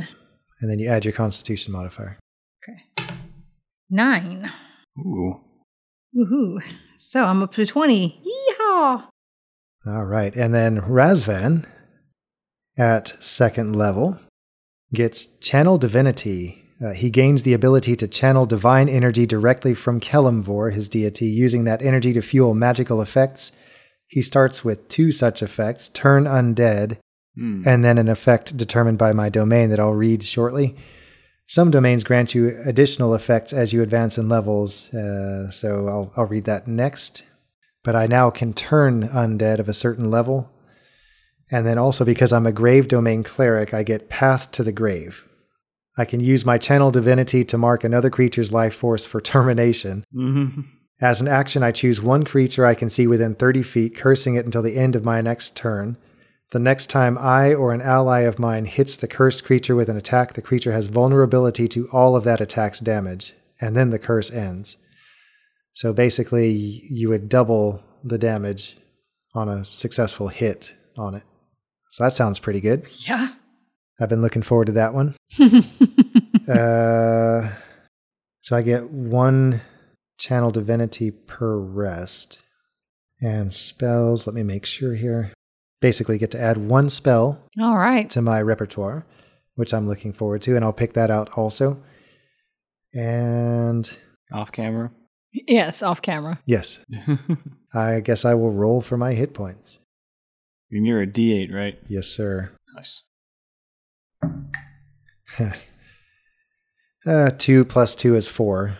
[SPEAKER 4] And then you add your constitution modifier.
[SPEAKER 1] Nine.
[SPEAKER 2] ooh.
[SPEAKER 1] Woohoo. So I'm up to 20. Yeehaw.
[SPEAKER 4] All right. And then Razvan at second level gets channel divinity. Uh, he gains the ability to channel divine energy directly from Kelimvor, his deity, using that energy to fuel magical effects. He starts with two such effects Turn Undead
[SPEAKER 2] Hmm.
[SPEAKER 4] and then an effect determined by my domain that I'll read shortly. Some domains grant you additional effects as you advance in levels, uh, so I'll, I'll read that next. But I now can turn undead of a certain level. And then also, because I'm a grave domain cleric, I get Path to the Grave. I can use my channel divinity to mark another creature's life force for termination.
[SPEAKER 2] Mhm.
[SPEAKER 4] As an action, I choose one creature I can see within 30 feet, cursing it until the end of my next turn. The next time I or an ally of mine hits the cursed creature with an attack, the creature has vulnerability to all of that attack's damage, and then the curse ends. So basically, you would double the damage on a successful hit on it. So that sounds pretty good.
[SPEAKER 1] Yeah.
[SPEAKER 4] I've been looking forward to that one. Uh, so I get one channel divinity per rest. And spells, let me make sure here. Basically, get to add one spell
[SPEAKER 1] All right.
[SPEAKER 4] to my repertoire, which I'm looking forward to, and I'll pick that out also. And
[SPEAKER 2] Off camera.
[SPEAKER 1] Yes, off camera.
[SPEAKER 4] yes,
[SPEAKER 2] and
[SPEAKER 4] I guess I will roll for my hit points.
[SPEAKER 2] you're a D8, right?
[SPEAKER 4] Yes, sir.
[SPEAKER 2] Nice.
[SPEAKER 4] Uh, two plus two is four.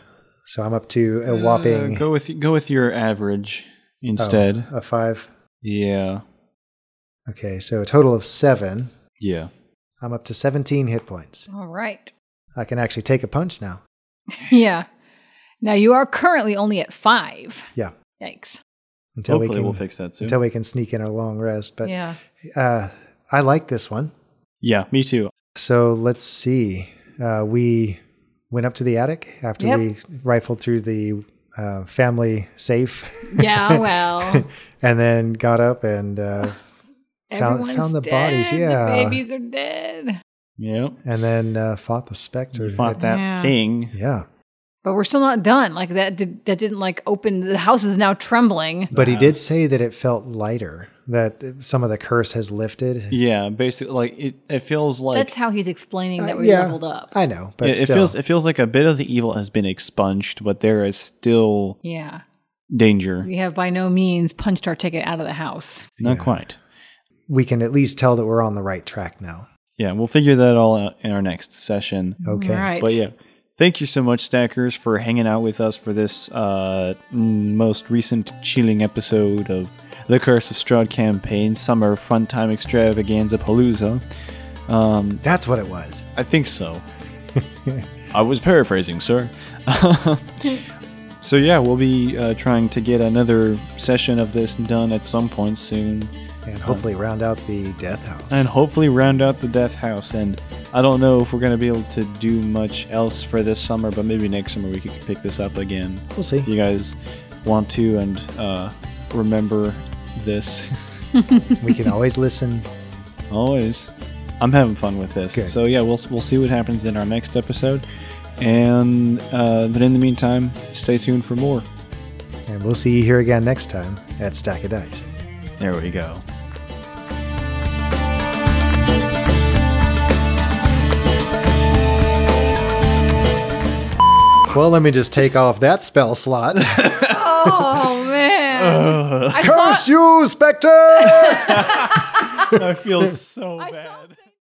[SPEAKER 4] So I'm up to a whopping
[SPEAKER 2] Uh, go with go with your average instead.
[SPEAKER 4] oh, a five.
[SPEAKER 2] Yeah.
[SPEAKER 4] Okay, so a total of seven.
[SPEAKER 2] Yeah.
[SPEAKER 4] I'm up to 17 hit points.
[SPEAKER 1] All right.
[SPEAKER 4] I can actually take a punch now.
[SPEAKER 1] Yeah. Now you are currently only at five.
[SPEAKER 4] Yeah.
[SPEAKER 1] Yikes.
[SPEAKER 4] Until
[SPEAKER 2] Hopefully
[SPEAKER 4] we can
[SPEAKER 2] we'll fix that soon.
[SPEAKER 4] until we can sneak in a long rest. But
[SPEAKER 1] yeah.
[SPEAKER 4] uh, I like this one.
[SPEAKER 2] yeah, me too.
[SPEAKER 4] So let's see. Uh, we went up to the attic after
[SPEAKER 1] Yep.
[SPEAKER 4] we rifled through the uh, family safe.
[SPEAKER 1] Yeah, oh, well.
[SPEAKER 4] and then got up and uh, Found-
[SPEAKER 1] Everyone's
[SPEAKER 4] found the
[SPEAKER 1] dead.
[SPEAKER 4] bodies, yeah.
[SPEAKER 1] The babies are dead.
[SPEAKER 2] Yeah.
[SPEAKER 4] and then uh, fought the specter.
[SPEAKER 2] You fought that
[SPEAKER 1] Yeah.
[SPEAKER 2] thing.
[SPEAKER 4] Yeah,
[SPEAKER 1] But we're still not done. Like that did, that didn't like open the house is now trembling.
[SPEAKER 4] but he did say that it felt lighter. That some of the curse has lifted.
[SPEAKER 2] Yeah, basically like it, it feels like
[SPEAKER 1] That's how he's explaining that
[SPEAKER 4] Uh,
[SPEAKER 1] we leveled up.
[SPEAKER 4] I know, but
[SPEAKER 2] it, it
[SPEAKER 4] still.
[SPEAKER 2] feels it feels like a bit of the evil has been expunged, but there is still
[SPEAKER 1] Yeah.
[SPEAKER 2] danger.
[SPEAKER 1] We have by no means punched our ticket out of the house.
[SPEAKER 2] Not quite.
[SPEAKER 4] we can at least tell that we're on the right track now.
[SPEAKER 2] Yeah, we'll figure that all out in our next session.
[SPEAKER 4] Okay.
[SPEAKER 1] Right.
[SPEAKER 2] But yeah, thank you so much, Stackers, for hanging out with us for this uh, m- most recent chilling episode of the Curse of Strahd campaign summer fun time extravaganza palooza.
[SPEAKER 4] That's what it was.
[SPEAKER 2] I think so. I was paraphrasing, sir. So yeah, we'll be uh, trying to get another session of this done at some point soon,
[SPEAKER 4] and hopefully round out the Death House.
[SPEAKER 2] and hopefully round out the Death House. And I don't know if we're gonna be able to do much else for this summer, but maybe next summer we could pick this up again.
[SPEAKER 4] we'll see.
[SPEAKER 2] If you guys want to and uh, remember this
[SPEAKER 4] we can always listen.
[SPEAKER 2] always, I'm having fun with this.
[SPEAKER 4] Good.
[SPEAKER 2] So yeah, we'll we'll see what happens in our next episode. And uh, but in the meantime, stay tuned for more.
[SPEAKER 4] And we'll see you here again next time at Stack of Dice.
[SPEAKER 2] There we go.
[SPEAKER 4] Well, let me just take off that spell slot.
[SPEAKER 1] Oh man! I
[SPEAKER 4] Curse you, Spectre!
[SPEAKER 2] I feel so
[SPEAKER 1] saw that.